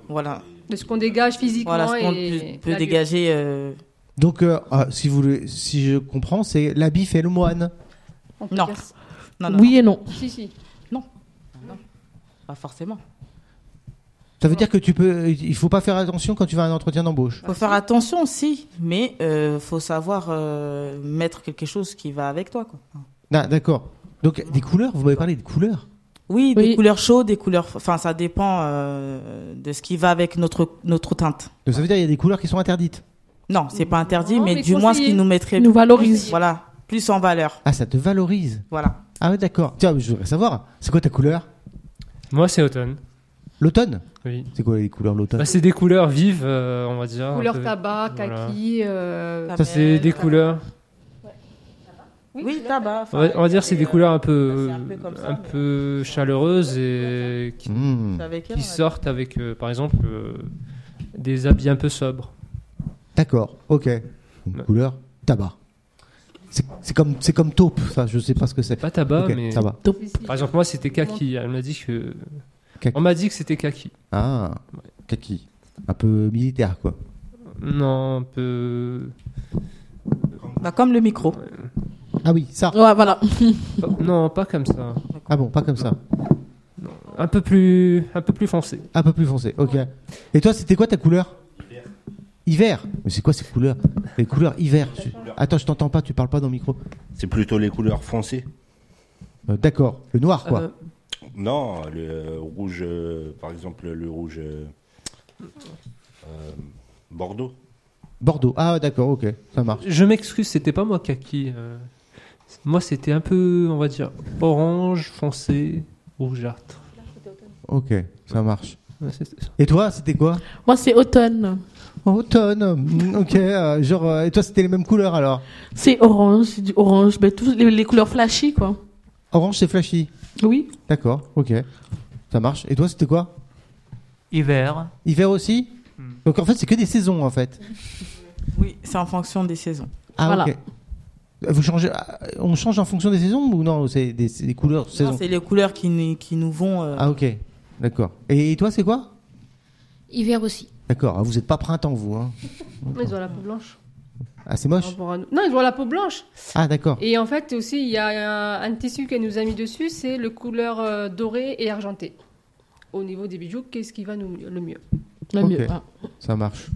Voilà, De ce qu'on dégage physiquement. voilà ce qu'on et peut- peut la- dégager. euh, Donc, euh, ah, si, vous le- si je comprends, c'est l'habit fait le moine. on peut Non. dire ça. Non, non, Oui et non. Si, si. non, pas forcément. Ça veut dire que tu peux, il faut pas faire attention quand tu vas à un entretien d'embauche. Il faut faire attention aussi, mais euh, faut savoir euh, mettre quelque chose qui va avec toi. Quoi. Ah, D'accord. Donc des couleurs, vous m'avez parlé des couleurs. Oui, Oui. des couleurs chaudes, des couleurs... Enfin, ça dépend euh, de ce qui va avec notre, notre teinte. Donc ça veut dire il y a des couleurs qui sont interdites. Non, c'est pas interdit, Non, mais, mais du moins ce conseiller. qui nous mettrait... Nous valorise. Voilà, plus en valeur. Ah, ça te valorise. Voilà. Ah ouais, d'accord. Tiens, je voudrais savoir, c'est quoi ta couleur Moi, c'est automne. L'automne Oui. C'est quoi les couleurs l'automne Bah, c'est des couleurs vives, euh, on va dire. un Couleur peu. tabac, Voilà. kaki. euh, Ça, c'est des couleurs. Oui, tabac. On enfin, va, on va dire c'est des couleurs un peu, Bah, c'est un peu comme ça, un mais- peu chaleureuses et qui, Hmm, c'est avec elle, qui on va- sortent avec, euh, par exemple, euh, des habits un peu sobres. D'accord, ok. Une Ouais. couleur tabac. C'est c'est comme, c'est comme taupe, ça, je sais pas ce que c'est. Pas tabac, Ok, Bah, mais tabac. si, si. par exemple moi c'était kaki. Elle m'a dit que Kaki. on m'a dit que c'était kaki. Ah, kaki. Un peu militaire, quoi. Non, un peu Bah, comme le micro. Ah oui, ça. Ouais, voilà. pas- Oh, non pas comme ça. Ah bon, pas comme ça. Un peu plus, un peu plus foncé. Un peu plus foncé, ok. Et toi, c'était quoi ta couleur Hiver. Mais c'est quoi ces couleurs Les couleurs hiver. Tu- Attends, je t'entends pas, tu parles pas dans le micro. C'est plutôt les couleurs foncées. Euh, D'accord, le noir, quoi. Euh, Non, le euh, rouge, euh, par exemple, le rouge euh, euh, Bordeaux. Bordeaux. Ah, d'accord, ok, ça marche. je m'excuse, c'était pas moi kaki. euh, moi c'était un peu, on va dire orange foncé, rougeâtre. Ok, ça marche. Ouais, c'est- c'est ça. Et toi, c'était quoi Moi, c'est automne. Automne. Mm, Ok, euh, genre, euh, et toi, c'était les mêmes couleurs alors C'est orange, c'est du orange, mais tous les, les couleurs flashy, quoi. Orange, c'est flashy. Oui. D'accord, ok. Ça marche. Et toi, c'était quoi Hiver, Hiver aussi Donc en fait, c'est que des saisons en fait. Oui, c'est en fonction des saisons. Ah, Voilà. ok. Vous changez, ah, on change en fonction des saisons ou non C'est des, c'est des couleurs Non, saisons C'est les couleurs qui, nous- qui nous vont. euh, Ah, ok. D'accord. Et toi, c'est quoi Hiver aussi. D'accord, ah, vous n'êtes pas printemps, vous. Hein. Ils ont la peau blanche. Ah, c'est par moche. rapport à nous. Non, ils ont la peau blanche. Ah, d'accord. Et en fait, aussi, il y a un, un tissu qu'elle nous a mis dessus, c'est le couleur euh, dorée et argentée. Au niveau des bijoux, qu'est-ce qui va nous le mieux Le Ok. mieux. Ah. Ça marche.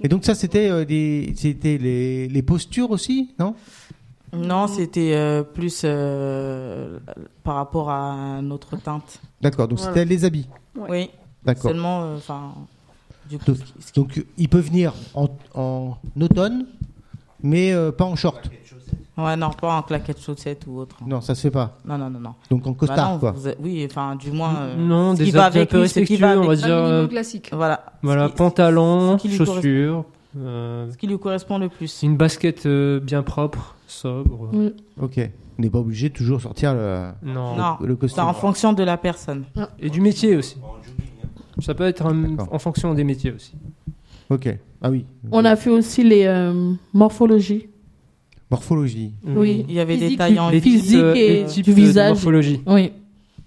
Et donc, ça, c'était euh, des- c'était les, les postures aussi, non Non, c'était euh, plus euh, par rapport à notre teinte. D'accord, donc c'était les habits. Oui, D'accord. seulement. euh, Enfin, du coup, Donc, donc, il peut venir en, en automne, mais euh, pas en short. ouais, non, pas en claquette chaussette ou autre. Non, ça se fait pas. Non, non, non, non. Donc en Bah costard, non, quoi. vous- Oui, enfin, du moins. euh, non, ce qui des va habits un avec peu lui, ce qui respectueux, va on va avec- Un dire. euh, minimum classique. Voilà. ce Voilà, qui- pantalon, ce qui lui chaussures, euh, Ce qui lui correspond le plus. une basket euh, bien propre, sobre. Mm. Ok. On n'est pas obligé de toujours sortir le, Non. Non, le c'est costume. en fonction de la personne. Et du métier aussi. Ça peut être un- D'accord. en fonction des métiers aussi. Ok. Ah oui. On a fait aussi les euh, morphologies. Morphologie. Oui. Il y avait des Physique, tailles en Les physique types, euh, et les types du de- visage. De morphologie. Oui.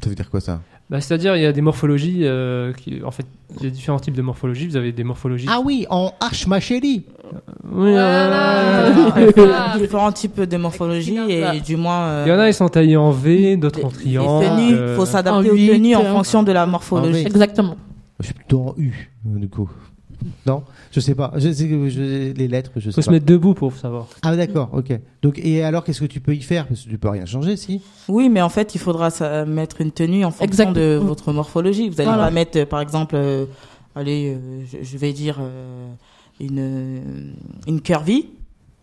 Ça veut dire quoi ça Bah, C'est-à-dire, il y a des morphologies. euh, qui, en fait, il y a différents types de morphologies. Vous avez des morphologies. Ah oui, en arche ma chérie. Oui, euh, Ah. différents types de morphologie et du moins. euh, Il y en a, ils sont taillés en V, d'autres les- en les triangle. tenues, euh, faut s'adapter en aux huit, tenues en euh, fonction de la morphologie. Ah Exactement. Je suis plutôt en U, euh, du coup. Non, je sais pas. Je sais que je- les lettres, je faut sais se pas. mettre debout pour savoir. Ah d'accord, ok. Donc et alors qu'est-ce que tu peux y faire Parce que tu peux rien changer, si Oui, mais en fait, il faudra sa- mettre une tenue en fonction Exact. de Mm. votre morphologie. Vous n'allez Voilà. pas mettre, euh, par exemple, euh, allez, euh, je, je vais dire euh, une euh, une curvy,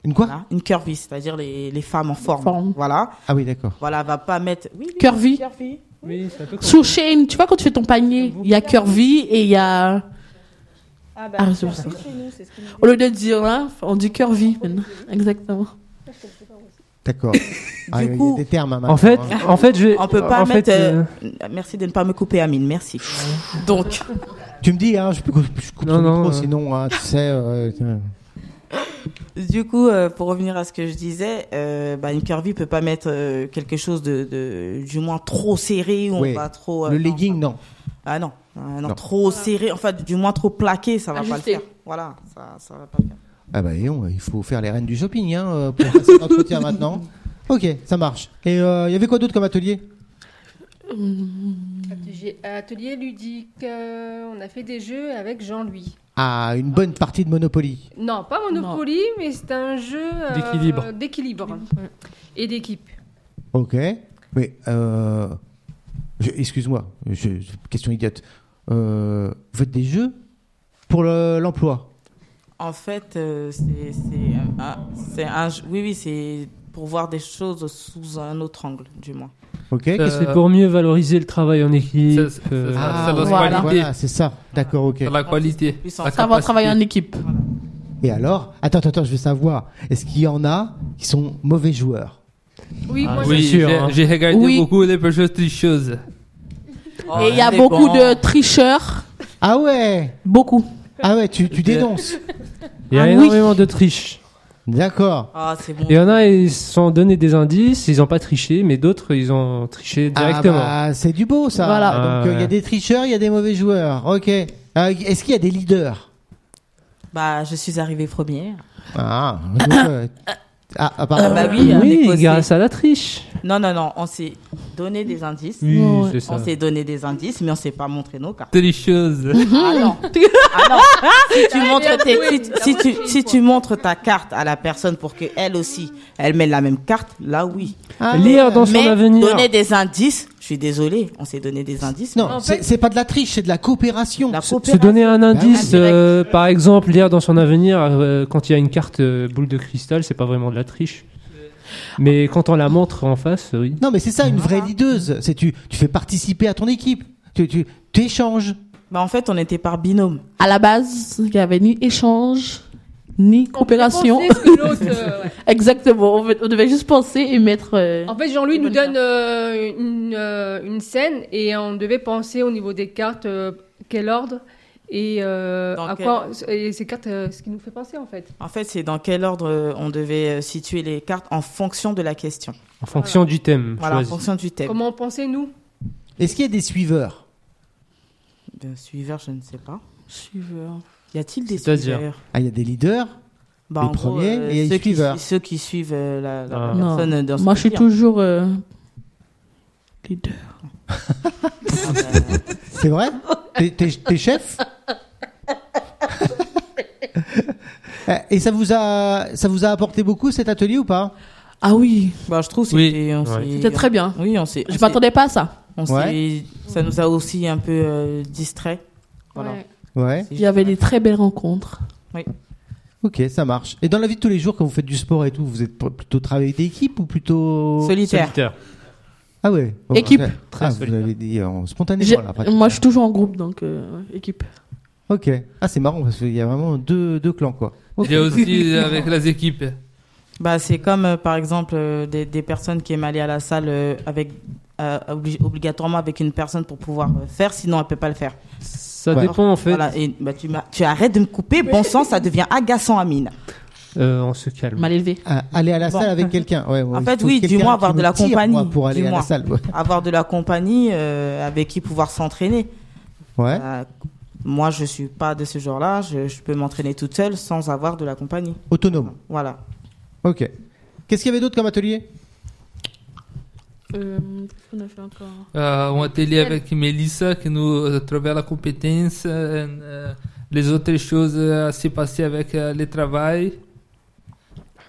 Une quoi voilà, une curvy, c'est-à-dire les, les femmes en forme. Forme. Voilà, Ah oui, d'accord. voilà, va pas mettre oui, oui, Curvy. curvy. Oui, c'est un peu Sous chain, tu vois, quand tu fais ton panier, il y a curvy et il y a. Ah Ah, c'est pour ça. hein, Au lieu de dire là, on dit curvy maintenant. Exactement. D'accord. Ah, Il y a coup- des termes. hein, En maintenant, fait, hein. en fait, je vais. On peut pas en fait, mettre. euh, euh, Merci de ne pas me couper, Amine. Merci. Donc, Tu me dis, hein, je, peux cou- je coupe Non, ton non, micro, euh. sinon, hein, tu sais. euh, euh, du coup, euh, pour revenir à ce que je disais, euh, bah, une curvy peut pas mettre euh, quelque chose de, de- du moins trop serré ou Ouais. on va trop. euh, le non. legging, non. Ah non, Ah non, Non. trop serré, en fait, du moins trop plaqué, ça va Ajusté. pas le faire. Voilà, ça, ça va pas le faire. Ah bah, et on- il faut faire les reines du shopping hein, euh, pour passer l'entretien maintenant. Ok, ça marche. Et euh, il y avait quoi d'autre comme atelier Hum. Atelier, atelier ludique, euh, on a fait des jeux avec Jean-Louis. Ah, une bonne partie de Monopoly. Non, pas Monopoly, mais c'est un jeu euh, D'équilibre. d'équilibre et d'équipe. Ok. Mais, euh, je- excuse-moi, je- je- question idiote. Euh, vous faites des jeux pour le- l'emploi En fait, euh, c'est c'est un- un- c'est un, jeu- oui, oui, c'est pour voir des choses sous un autre angle, du moins. Ok. Euh, qu'est-ce- c'est pour mieux valoriser le travail en équipe. Ça, ça, ça, euh, ça. Ah, la voilà, qualité. voilà, c'est ça. D'accord, ok. C'est la qualité. Plus la sens. Savoir capacité. travailler en équipe. Et alors Attends, attends, attends, je veux savoir. Est-ce qu'il y en a qui sont mauvais joueurs Oui, moi, Oui, c'est sûr, j'ai hein. j'ai regardé Oui. beaucoup les personnes tricheuses. Et il y a Ah, beaucoup de tricheurs. Ah ouais Beaucoup. Ah ouais, tu, tu dénonces. Il y a Ah oui. énormément de triche. D'accord. Ah, c'est bon. Il y en a, ils se sont donné des indices, ils n'ont pas triché, mais d'autres, ils ont triché directement. Ah bah, c'est du beau ça. Voilà. Ah Donc euh, il y a ouais. des tricheurs, il y a des mauvais joueurs. Ok. Euh, Est-ce qu'il y a des leaders Bah, je suis arrivée première. Ah. donc, euh, ah, ah, pardon. Ah bah oui, hein, les oui, causés. grâce à la triche. Non, non, non, on s'est donné des indices. Oui, Ouais. c'est ça. On s'est donné des indices, mais on s'est pas montré nos cartes. Tricheuse. Mhm. Ah non. Ah non. Si tu montres tes- si- si tu- si tu montres ta carte à la personne pour que elle aussi, elle mette la même carte, là oui. Ah, Lire dans son Mais avenir. donner des indices, je suis désolée, on s'est donné des indices. Non, c'est c'est pas de la triche, c'est de la coopération. La Se- Se coopération. Bah donner bah un indice, Indirect. euh, par exemple, lire dans son avenir, euh, quand il y a une carte euh, boule de cristal, c'est pas vraiment de la triche. Mais quand on la montre en face, oui. Non, mais c'est ça une vraie Ah. leaduse. C'est tu, tu fais participer à ton équipe. Tu, tu, tu échanges. Bah, en fait, on était par binôme. À la base, il n'y avait ni échange, ni coopération. On fait penser ce que l'autre, euh, ouais. Exactement. On, on devait juste penser et mettre. Hein? euh, En fait, Jean-Louis nous Bonne carte. donne euh, une, euh, une scène et on devait penser au niveau des cartes euh, quel ordre et euh, Dans à quel quoi et ces cartes euh, ce qui nous fait penser en fait. En fait, c'est dans quel ordre euh, on devait euh, situer les cartes en fonction de la question. en fonction du thème. Voilà, en choisi. fonction du thème. Comment on pensait nous Est-ce qu'il y a des suiveurs Ben, suiveur, je ne sais pas. Suiveur. Y a-t-il des C'est-à-dire suiveurs Ah, il y a des leaders. bah, Les en gros, premiers euh, et les ceux, qui, suiveurs. ceux qui suivent euh, la, la Ah. Non. personne dans Moi, je suis tout. toujours euh, leader. C'est vrai T'es- T'es t'es chef Eh, Et ça vous a ça vous a apporté beaucoup cet atelier ou pas Ah oui, Bah, je trouve que Oui. c'était- on Ouais. s'est- c'était très bien. Oui, on s'est. on Je s'est- m'attendais pas à ça. on s'est- Ouais. Ça nous a aussi un peu euh, distrait. Voilà. Ouais. Ouais. Il y avait des très belles rencontres. Ok, ça marche. Et dans la vie de tous les jours, quand vous faites du sport et tout, vous êtes pr- plutôt travail d'équipe ou plutôt Solitaire. Ah ouais. Équipe. Très, Très vous solitaire. avez dit en J'ai- spontanément là, pratiquement. Moi, je suis toujours en groupe, donc euh, ouais, équipe. Ok. Ah c'est marrant parce qu'il y a vraiment deux, deux clans quoi. Ok. J'ai aussi avec les équipes. Bah, c'est comme euh, par exemple euh, des, des personnes qui aiment aller à la salle euh, avec euh, obli- obligatoirement avec une personne pour pouvoir euh, faire, sinon elle peut pas le faire. Ça Ouais. dépend en fait. Voilà, et bah, tu, m'as- tu arrêtes de me couper, bon sang, ça devient agaçant, Amine. Euh, on se calme. Mal élevé. Ah, aller à la Bon. salle avec quelqu'un. Ouais, ouais, En il fait, faut oui, du quelqu'un moins qui avoir de me la tire, moi, compagnie, pour aller du à la moins. salle. Ouais. Avoir de la compagnie euh, avec qui pouvoir s'entraîner. Ouais. Euh, moi, je suis pas de ce genre-là, je, je peux m'entraîner toute seule sans avoir de la compagnie. Autonome. Voilà. Ok. Qu'est-ce qu'il y avait d'autre comme atelier Euh, on a fait encore Euh, um atelier avec Melissa qui nous euh, travaille la compétence, euh, euh, les autres choses euh, à se passer avec euh, le travail.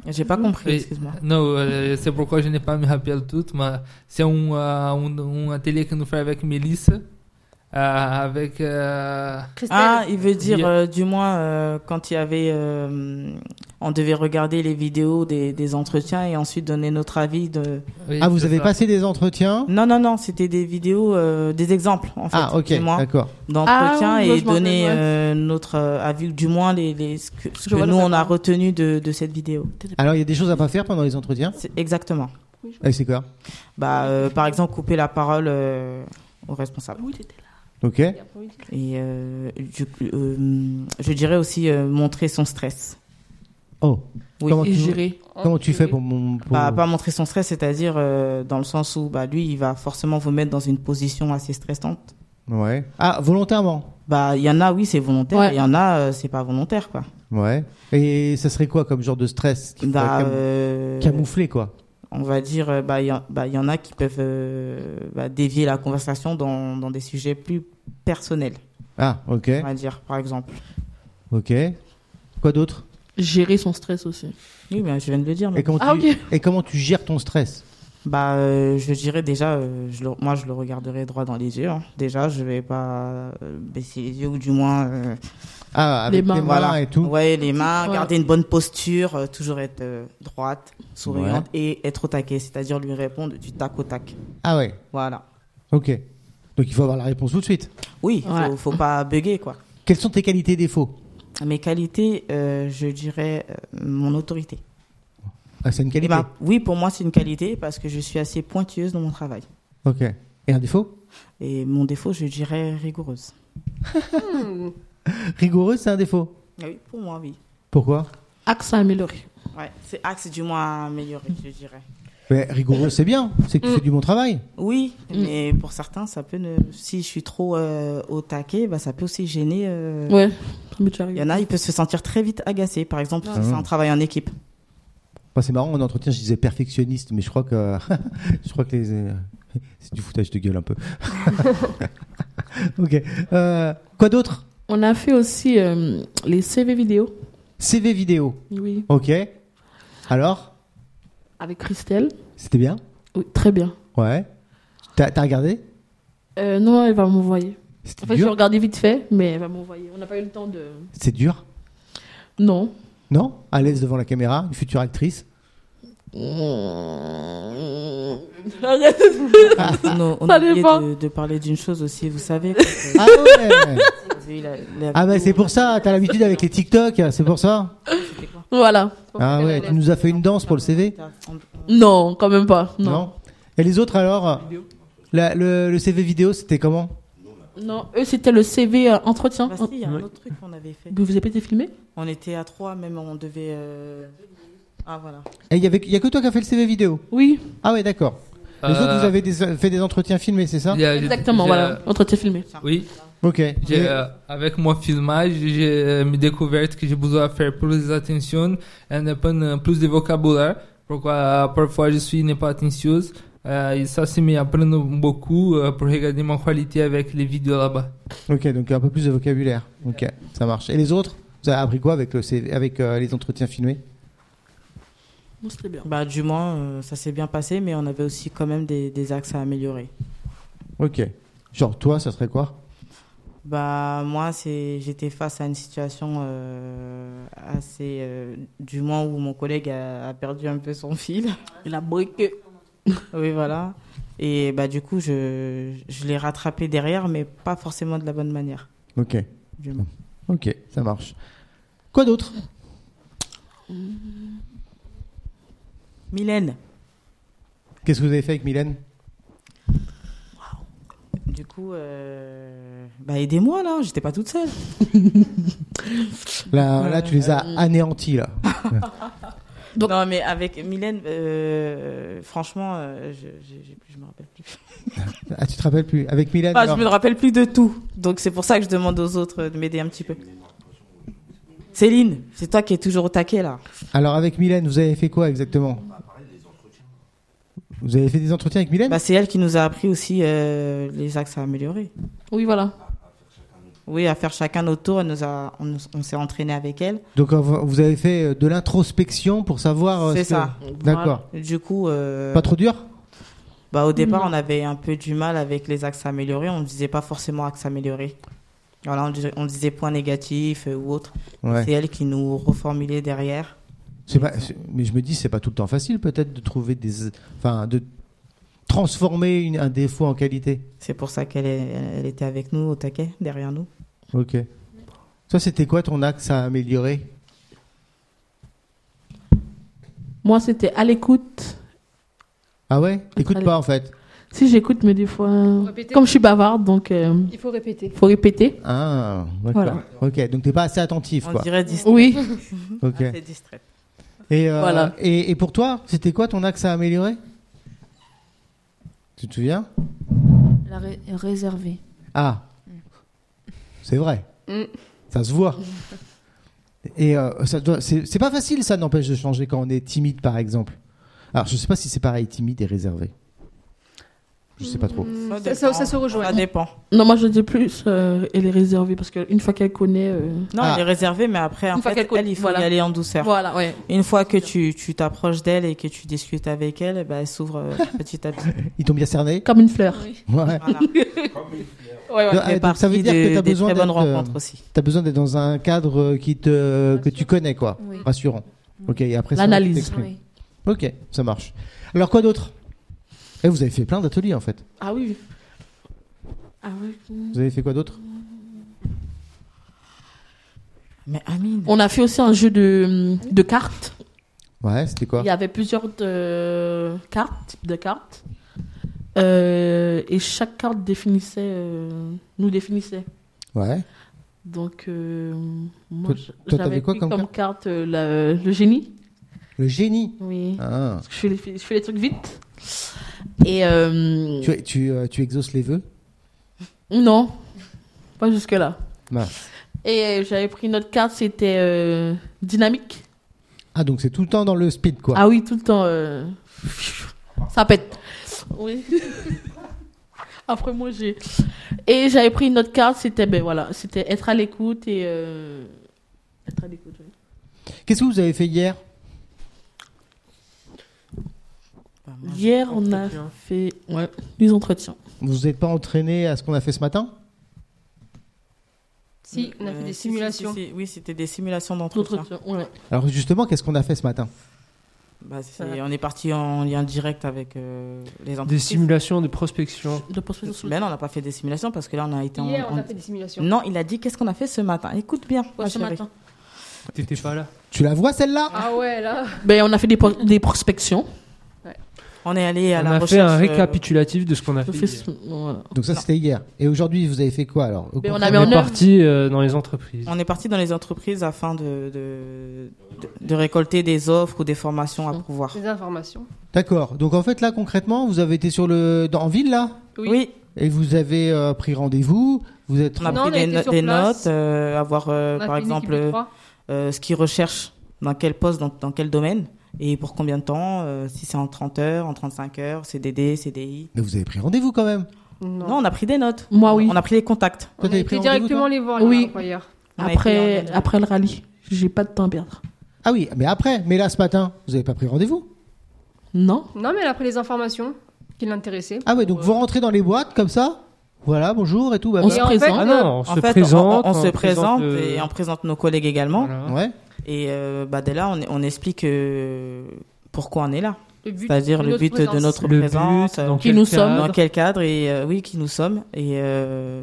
J'ai pas compris, Et- excuse-moi. Não, eh, c'est pourquoi euh, je n'ai pas me rappelle tout, mais c'est un, euh, un, un atelier que nous fait avec Melissa. euh, avec. euh, Ah, il veut dire, Yeah. euh, du moins, euh, quand il y avait. euh, on devait regarder les vidéos des, des entretiens et ensuite donner notre avis de. Oui, Ah, vous avez passé des entretiens Non, non, non, c'était des vidéos, euh, des exemples, en fait. Ah, ok, du moins, d'accord. D'entretien Ah oui, moi, et je m'en donner souviens, ouais. euh, notre euh, avis, du moins, les, les, ce que, ce Je que vois le nous, on a référent. retenu de, de cette vidéo. Alors, il y a des choses à pas faire pendant les entretiens C'est- Exactement. Ah, C'est quoi Bah, euh, par exemple, couper la parole euh, au responsable. Oui, t'étais là. Ok. Et euh, je, euh, je dirais aussi euh, montrer son stress. Oh. Oui, Bah, comment, Et tu, gérer. comment tu fais pour mon. pour- Pas, pas montrer son stress, c'est-à-dire euh, dans le sens où bah, lui, il va forcément vous mettre dans une position assez stressante. Ouais. Ah, volontairement Bah, il y en a, oui, c'est volontaire, Ouais. et il y en a, euh, c'est pas volontaire, quoi. Ouais. Et ça serait quoi comme genre de stress qui pourrait Bah, cam- euh, camoufler, quoi on va dire, euh, bah, il y, en- bah, il y en a qui peuvent euh, bah, dévier la conversation dans, dans des sujets plus personnels, Ah, ok. on va dire, par exemple. Ok. Quoi d'autre Gérer son stress aussi. Oui, mais je viens de le dire. mais- et, comment Ah, tu- ok. et comment tu gères ton stress Bah, euh, je dirais déjà, euh, je le- moi je le regarderai droit dans les yeux. hein. Déjà, je vais pas euh, baisser les yeux ou du moins. euh, Ah, avec Les mains, tes voilà. malins et tout Ouais, les mains, Ouais. garder une bonne posture, euh, toujours être euh, droite, souriante et être au taquet, c'est-à-dire lui répondre du tac au tac. Ah ouais, Voilà. ok. Donc il faut avoir la réponse tout de suite. Oui, Ouais. faut, faut pas bugger quoi. Quelles sont tes qualités et défauts Mes qualités, euh, je dirais euh, mon autorité. ah, C'est une Eh qualité. ben, oui, pour moi c'est une qualité parce que je suis assez pointilleuse dans mon travail. Ok. Et un défaut Et mon défaut, je dirais rigoureuse. Hmm. Rigoureux, c'est un défaut. Ah oui, pour moi oui. Pourquoi Axe à améliorer. Ouais, c'est axe du moins à améliorer, je dirais. Mais Rigoureux, c'est bien. C'est que tu fais du bon travail. Oui, Hmm. mais pour certains, ça peut ne... si je suis trop euh, au taquet, bah, ça peut aussi gêner. euh, Ouais, ça m'est déjà Il arrivé. y en a, il peut se sentir très vite agacé, par exemple, si Ah. c'est un travail en équipe. Enfin, c'est marrant, en entretien, je disais perfectionniste, mais je crois que, je crois que les... euh, c'est du foutage de gueule un peu. ok. Euh, quoi d'autre On a fait aussi euh, les CV vidéo. CV vidéo. Oui. Ok. Alors, Avec Christelle. c'était bien Oui, très bien. Ouais. T'as t'as regardé Euh, non, elle va m'envoyer. En C'était fait, je dur. regardais vite fait, mais elle va m'envoyer. On n'a pas eu le temps de. C'est dur. Non. Non À l'aise devant la caméra, une future actrice. Ah, Arrête. On a, on Ça a oublié dépend. de, de parler d'une chose aussi, vous savez. quand, euh, Ah ouais vous avez la- la Ah bah vidéo, c'est pour ça, t'as l'habitude avec les TikTok, c'est pour ça. Voilà. Ah ouais, tu nous as fait une danse pour le CV Non, quand même pas. Non. Et les autres alors La- le, le CV vidéo, c'était comment Non, eux, c'était le CV euh, entretien. Bah Oh, si, il y a un autre truc qu'on avait fait. Vous avez pas été filmé On était à trois, même on devait. euh, Ah voilà. Et il y, avait, il y a que toi qui as fait le CV vidéo Oui, Ah ouais, d'accord. Les Euh, autres, vous avez des- fait des entretiens filmés, c'est ça il y a- exactement. j'ai- Voilà, entretien filmé. Oui, Ok. j'ai, euh, avec mon filmage, j'ai euh, me découvert que j'ai besoin de faire plus d'attention et de prendre plus de vocabulaire. Pourquoi euh, parfois je suis n'est pas attentionneuse. Euh, et ça, c'est me apprendre beaucoup euh, pour regarder ma qualité avec les vidéos là-bas. Ok, donc un peu plus de vocabulaire. Ok, ça marche. Et les autres Vous avez appris quoi avec, le CV, avec euh, les entretiens filmés Bon, c'était bien. Bah du moins, euh, ça s'est bien passé, mais on avait aussi quand même des, des axes à améliorer. Ok. Genre toi, ça serait quoi Bah moi c'est j'étais face à une situation euh, assez euh, du moins où mon collègue a, a perdu un peu son fil. Il a briqué. oui voilà. Et bah du coup je je l'ai rattrapé derrière mais pas forcément de la bonne manière. Ok. du moins. Ok, ça marche. Quoi d'autre Hum. Mylène, Qu'est-ce que vous avez fait avec Mylène du coup euh, bah aidez-moi là, j'étais pas toute seule. Là, là, tu les Euh, as anéantis, là. Donc- Euh, Non mais avec Mylène euh, franchement euh, je j'ai- j'ai plus- je me rappelle plus. Ah, tu te rappelles plus Avec Mylène Ah, je alors me le rappelle plus de tout. Donc c'est pour ça que je demande aux autres euh, de m'aider un petit peu. Céline, c'est toi qui es toujours au taquet là. Alors, avec Mylène, vous avez fait quoi exactement Vous avez fait des entretiens avec Mylène Bah, c'est elle qui nous a appris aussi euh, les axes à améliorer. Oui, voilà. Oui, à faire chacun notre tour. Elle nous a, on, nous- on s'est entraîné avec elle. Donc, euh, vous vous avez fait euh, de l'introspection pour savoir. euh, C'est ce que- ça. D'accord. Du coup, euh, Pas trop dur Bah, au départ, Non. on avait un peu du mal avec les axes améliorés. On ne disait pas forcément axes améliorés. Voilà, on, disait, on disait points négatifs euh, ou autre. Ouais. C'est elle qui nous reformulait derrière. C'est pas- c'est- mais je me dis, c'est pas tout le temps facile peut-être de trouver des, enfin, de transformer une- un défaut en qualité. C'est pour ça qu'elle est- elle était avec nous, au taquet, derrière nous. Ok. Toi, c'était quoi ton axe à améliorer Moi, c'était à l'écoute. Ah ouais Écoute Allez. pas en fait. Si j'écoute, mais des fois. euh, Répétez. Comme je suis bavarde, donc. euh, Il faut répéter. faut répéter. Ah, d'accord. Voilà. Ok, donc t'es pas assez attentif On quoi. dirait distraite. Oui. Ok. Assez distraite. Et, euh, Voilà. et, et pour toi, c'était quoi ton axe à améliorer Tu te souviens La ré- réservée. Ah, c'est vrai. Mm. Ça se voit. Et euh, ça doit, c'est, c'est pas facile, ça n'empêche de changer quand on est timide, par exemple. Alors, je sais pas si c'est pareil, timide et réservé. Je sais pas Mm. trop. Ça, ça- ça se rejoint. Ça dépend. Non, moi, je dis plus, euh, elle est réservée parce qu'une fois qu'elle connaît. euh, Non, Ah. elle est réservée, mais après, en Une fois fait, qu'elle connaît- elle, il faut y voilà. aller en douceur. Voilà, ouais. Une fois que tu tu t'approches d'elle et que tu discutes avec elle, eh ben, elle s'ouvre euh, petit à petit. Ils t'ont bien cerné Comme une fleur. Ouais. Voilà. Ouais, ouais. Ah, Fait donc ça veut partie dire de- que t'as des besoin très bonnes d'être, euh, rencontres aussi. T'as besoin d'être dans un cadre qui te, que tu connais, quoi. Oui. Rassurant. Ok, et après ça, Mm. L'analyse. tu t'exprimes. Oui. Ok, ça marche. Alors, quoi d'autre Eh, Vous avez fait plein d'ateliers, en fait. Ah oui. Ah oui. Vous avez fait quoi d'autre Mais Amine, On a fait aussi un jeu de, de cartes. Ouais, c'était quoi Il y avait plusieurs euh, cartes, types de cartes. Euh, et chaque carte définissait, euh, nous définissait. Ouais. Donc, euh, moi, Toi- j- toi, j'avais t'avais quoi pris comme comme, carte euh, la- le génie. Le génie. Oui. Ah. Parce que je fais, les, je fais les trucs vite. Et. euh, Tu, tu, euh, tu exauces les vœux Non, pas jusque-là. Mince. Et euh, j'avais pris une autre carte, c'était euh, dynamique. Ah, donc c'est tout le temps dans le speed, quoi. Ah oui, tout le temps. euh, Ça pète. Oui. Après moi j'ai. Et j'avais pris une autre carte, c'était ben voilà, c'était être à l'écoute et euh, être à l'écoute. oui. Qu'est-ce que vous avez fait hier bah, moi, Hier on a fait ouais, les entretiens. Vous vous êtes pas entraîné à ce qu'on a fait ce matin Si, on a euh, fait des si, si, simulations. si, si. Oui, c'était des simulations d'entretien. L'entretien, ouais. Alors justement, qu'est-ce qu'on a fait ce matin Bah, c'est- Voilà. On est parti en lien direct avec euh, les Des entreprises. simulations de prospection. De prospection sur- Mais non, on n'a pas fait des simulations parce que là, on a été en. Hier, on a en- fait des simulations. Non, il a dit qu'est-ce qu'on a fait ce matin. Écoute bien, ma Ouais, ce chérie. matin. T'étais pas là. Tu la vois celle-là Ah ouais, là. Ben on a fait des, pro- des prospections. On est allé à On la a recherche. fait un euh, récapitulatif de ce qu'on a On, fait. fait hier. ce- voilà. Donc ça, c'était hier. Et aujourd'hui, vous avez fait quoi alors Au Mais on contraire, a On mis en est œuvre. parti euh, dans les entreprises. On est parti dans les entreprises afin de, de, de- de récolter des offres ou des formations à Mm. pouvoir. Hum. Des informations. D'accord. Donc en fait, là, concrètement, vous avez été sur le... dans- en ville, là Oui. Et vous avez euh, pris rendez-vous Vous êtes... On a Non, pris on a des, été no- sur des place. notes, euh, avoir euh, On a par fait une équipe exemple de euh, trois. euh, ce qu'ils recherchent, dans quel poste, dans, dans quel domaine et pour combien de temps, euh, si c'est en 30 heures, en 35 heures, CDD, CDI. Mais vous avez pris rendez-vous quand même Non. Non, on a pris des notes. Moi, oui. On a pris les contacts. on a t'avais pris été rendez-vous, directement toi les voir, Oui. oui. ailleurs. On a été en Après ligne. après le rallye, j'ai pas de temps à perdre. Ah oui, mais après, mais là, ce matin, vous n'avez pas pris rendez-vous Non. Non, mais elle a pris les informations qui l'intéressaient. Ah ouais, donc vous rentrez dans les boîtes comme ça Voilà, bonjour et tout. bah, On bah. se en fait, présente. Ah non, on En se fait, on- présente. on, se présente euh, et on présente nos collègues également. voilà. Ouais. Et euh, bah, dès là, on, on explique euh, pourquoi on est là. Le but C'est-à-dire de le notre but de présence. notre Le but, présence, euh, dans qui quel nous cadre. sommes. dans quel cadre et euh, oui, qui nous sommes. Et euh,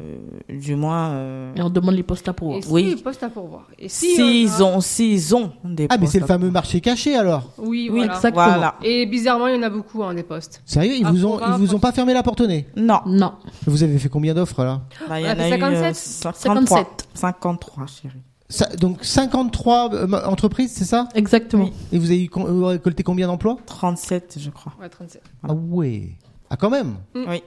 du moins, euh, Et on demande les postes à pour. Et si Oh, Oui. les postes à pourvoir. Et si s'ils on a- ont, s'ils ont des Ah, mais c'est le postes fameux marché caché alors Oui, Oui, voilà. exactement. Voilà. Et bizarrement, il y en a beaucoup, hein, des postes. Sérieux, ils Ah, vous ont, pour ils vous ont 20%. pas fermé la porte au nez Non, Non. Vous avez fait combien d'offres là Bah, il y On Ah, a en fait a eu, euh, 57. 53. 53, chérie. Ça- Donc 53 euh, ma- entreprises, c'est ça Exactement. Et vous avez eu con- euh, récolté combien d'emplois 37, je crois. Ouais, 37. Ah ouais. Ah quand même. Mm. Oui.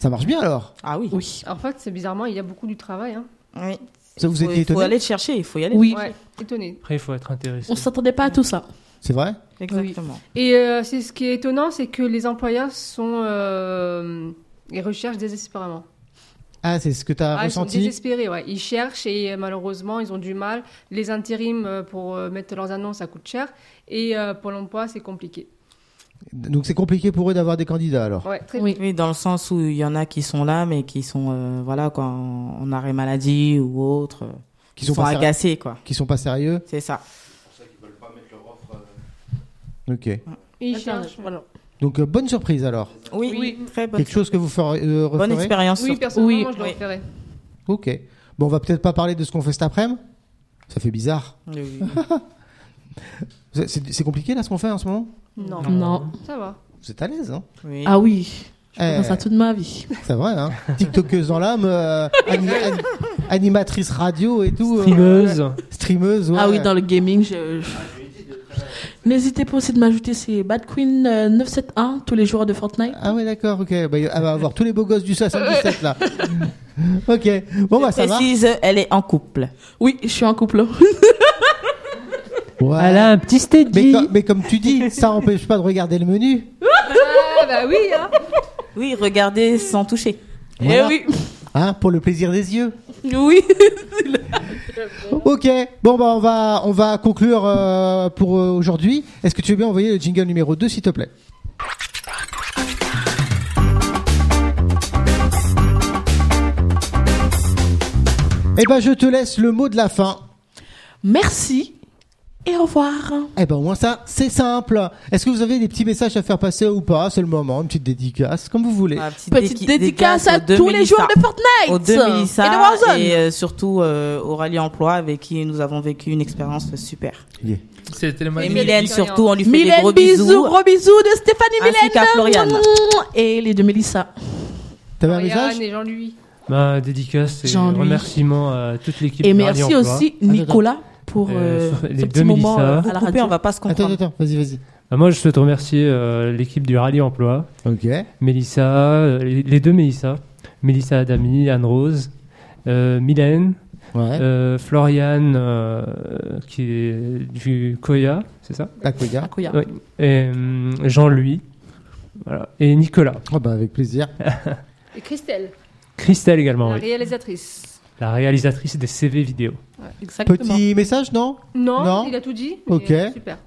Ça marche bien alors. Ah oui. Oui. En fait, c'est bizarrement, il y a beaucoup du travail. Hein. Oui. Ça vous Il étiez faut étonné aller le chercher, il faut y aller. Oui. Ouais, étonné. Après, il faut être intéressé. On s'attendait pas à tout ça. C'est vrai Exactement. Et euh, c'est ce qui est étonnant, c'est que les employeurs sont. Euh, ils recherchent désespérément. Ah c'est ce que tu as Ah, ils sont ressenti. désespérés, ouais. Ils cherchent et euh, malheureusement, ils ont du mal. Les intérims euh, pour euh, mettre leurs annonces, ça coûte cher. Et euh, pour l'emploi, c'est compliqué. Donc c'est compliqué pour eux d'avoir des candidats alors. Ouais, très Oui. dans le sens où il y en a qui sont là, mais qui sont, euh, voilà, quoi, en, en arrêt maladie ou autre. euh, Qui Qui sont sont, pas ser- agacés, quoi. Qui sont pas sérieux. C'est ça. euh, Ok. Ils Internet, cherchent. voilà. Donc euh, bonne surprise alors. Oui, très bonne, Quelque chose que vous ferez, euh, bonne referez expérience. Oui, surtout. personnellement, je le Oui. referais. Ok. Bon, on va peut-être pas parler de ce qu'on fait cet après-midi. Ça fait bizarre. Oui, C'est- C'est c'est compliqué là ce qu'on fait en ce moment. Non, Non. ça va. Vous êtes à l'aise, hein. non oui. Ah oui. Je Eh. pense à toute ma vie. C'est vrai, hein TikTokeuse dans l'âme, euh, ani- ani- animatrice radio et tout. euh, Streameuse. streameuse, ouais. Ah oui, dans le gaming, je... je- N'hésitez pas aussi de m'ajouter, c'est Bad Queen euh, 971, tous les joueurs de Fortnite. Ah ouais, d'accord, ok. Bah, elle va avoir tous les beaux gosses du 77 là. ok. Bon, bah ça va. Précise, elle est en couple. Oui, je suis en couple. Ouais. Elle a un petit Mais, steady. com- mais comme tu dis, ça empêche pas de regarder le menu. Ah bah oui, hein. Oui, regardez sans toucher. Voilà. Eh oui, Hein, pour le plaisir des yeux. oui. Ok. Bon, bah on va, on va conclure euh, pour euh, aujourd'hui. Est-ce que tu veux bien envoyer le jingle numéro 2, s'il te plaît Eh ben, je te laisse le mot de la fin. Merci et au revoir. Eh ben, au moins ça, c'est simple. Est-ce que vous avez des petits messages à faire passer ou pas C'est le moment, une petite dédicace, comme vous voulez. Ma Ah, Petite dédi- dédicace à aux deux tous les Mélissa. joueurs de Fortnite Aux deux Mélissa et de Warzone. et euh, surtout euh, Aurélie Emploi avec qui nous avons vécu une expérience super. C'est tellement Et Mylène, Mylène surtout, on lui fait des Mylène, gros bisous, bisous. gros bisous de Stéphanie Ainsi qu'à Floriane. Mylène. Et les deux Mélissa. T'avais un message Marianne Ah, et Jean-Louis. Ma Bah, dédicace et Jean-Louis. remerciements à toute l'équipe. Et de merci Radio Emploi. aussi Nicolas pour Euh, euh, sur- les ce deux petit moment Mélissa. euh, Vous à la coupez, radio. on va pas se Attends, comprendre. attends, vas-y, vas-y. Ah, Moi, je souhaite remercier euh, l'équipe du Rallye Emploi, Ok. Mélissa, euh, les les deux Mélissa, Mélissa Adami, Anne-Rose, euh, Mylène, Ouais. euh, Floriane, euh, qui est du Koya, c'est ça Tac, les gars. Akoya. Oui. Et euh, Jean-Louis, voilà. et Nicolas. Oh, bah, avec plaisir. Et Christelle, Christelle également, la oui. réalisatrice. la réalisatrice des CV vidéo. Exactement. Petit message, non Non, Non. il a tout dit. Ok. mais Super.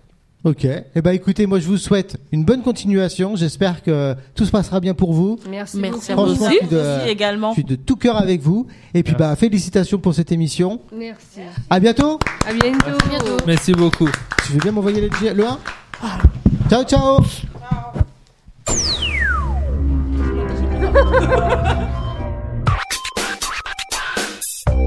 Ok. Eh ben, écoutez, moi, je vous souhaite une bonne continuation. J'espère que tout se passera bien pour vous. Merci. Merci à beaucoup. vous Franchement, aussi. je suis de- Aussi également. Je suis de tout cœur avec vous. Et puis, bah, félicitations pour cette émission. Merci. À bientôt. À bientôt. Merci beaucoup. Tu veux bien m'envoyer le, G- le 1 Ciao, ciao.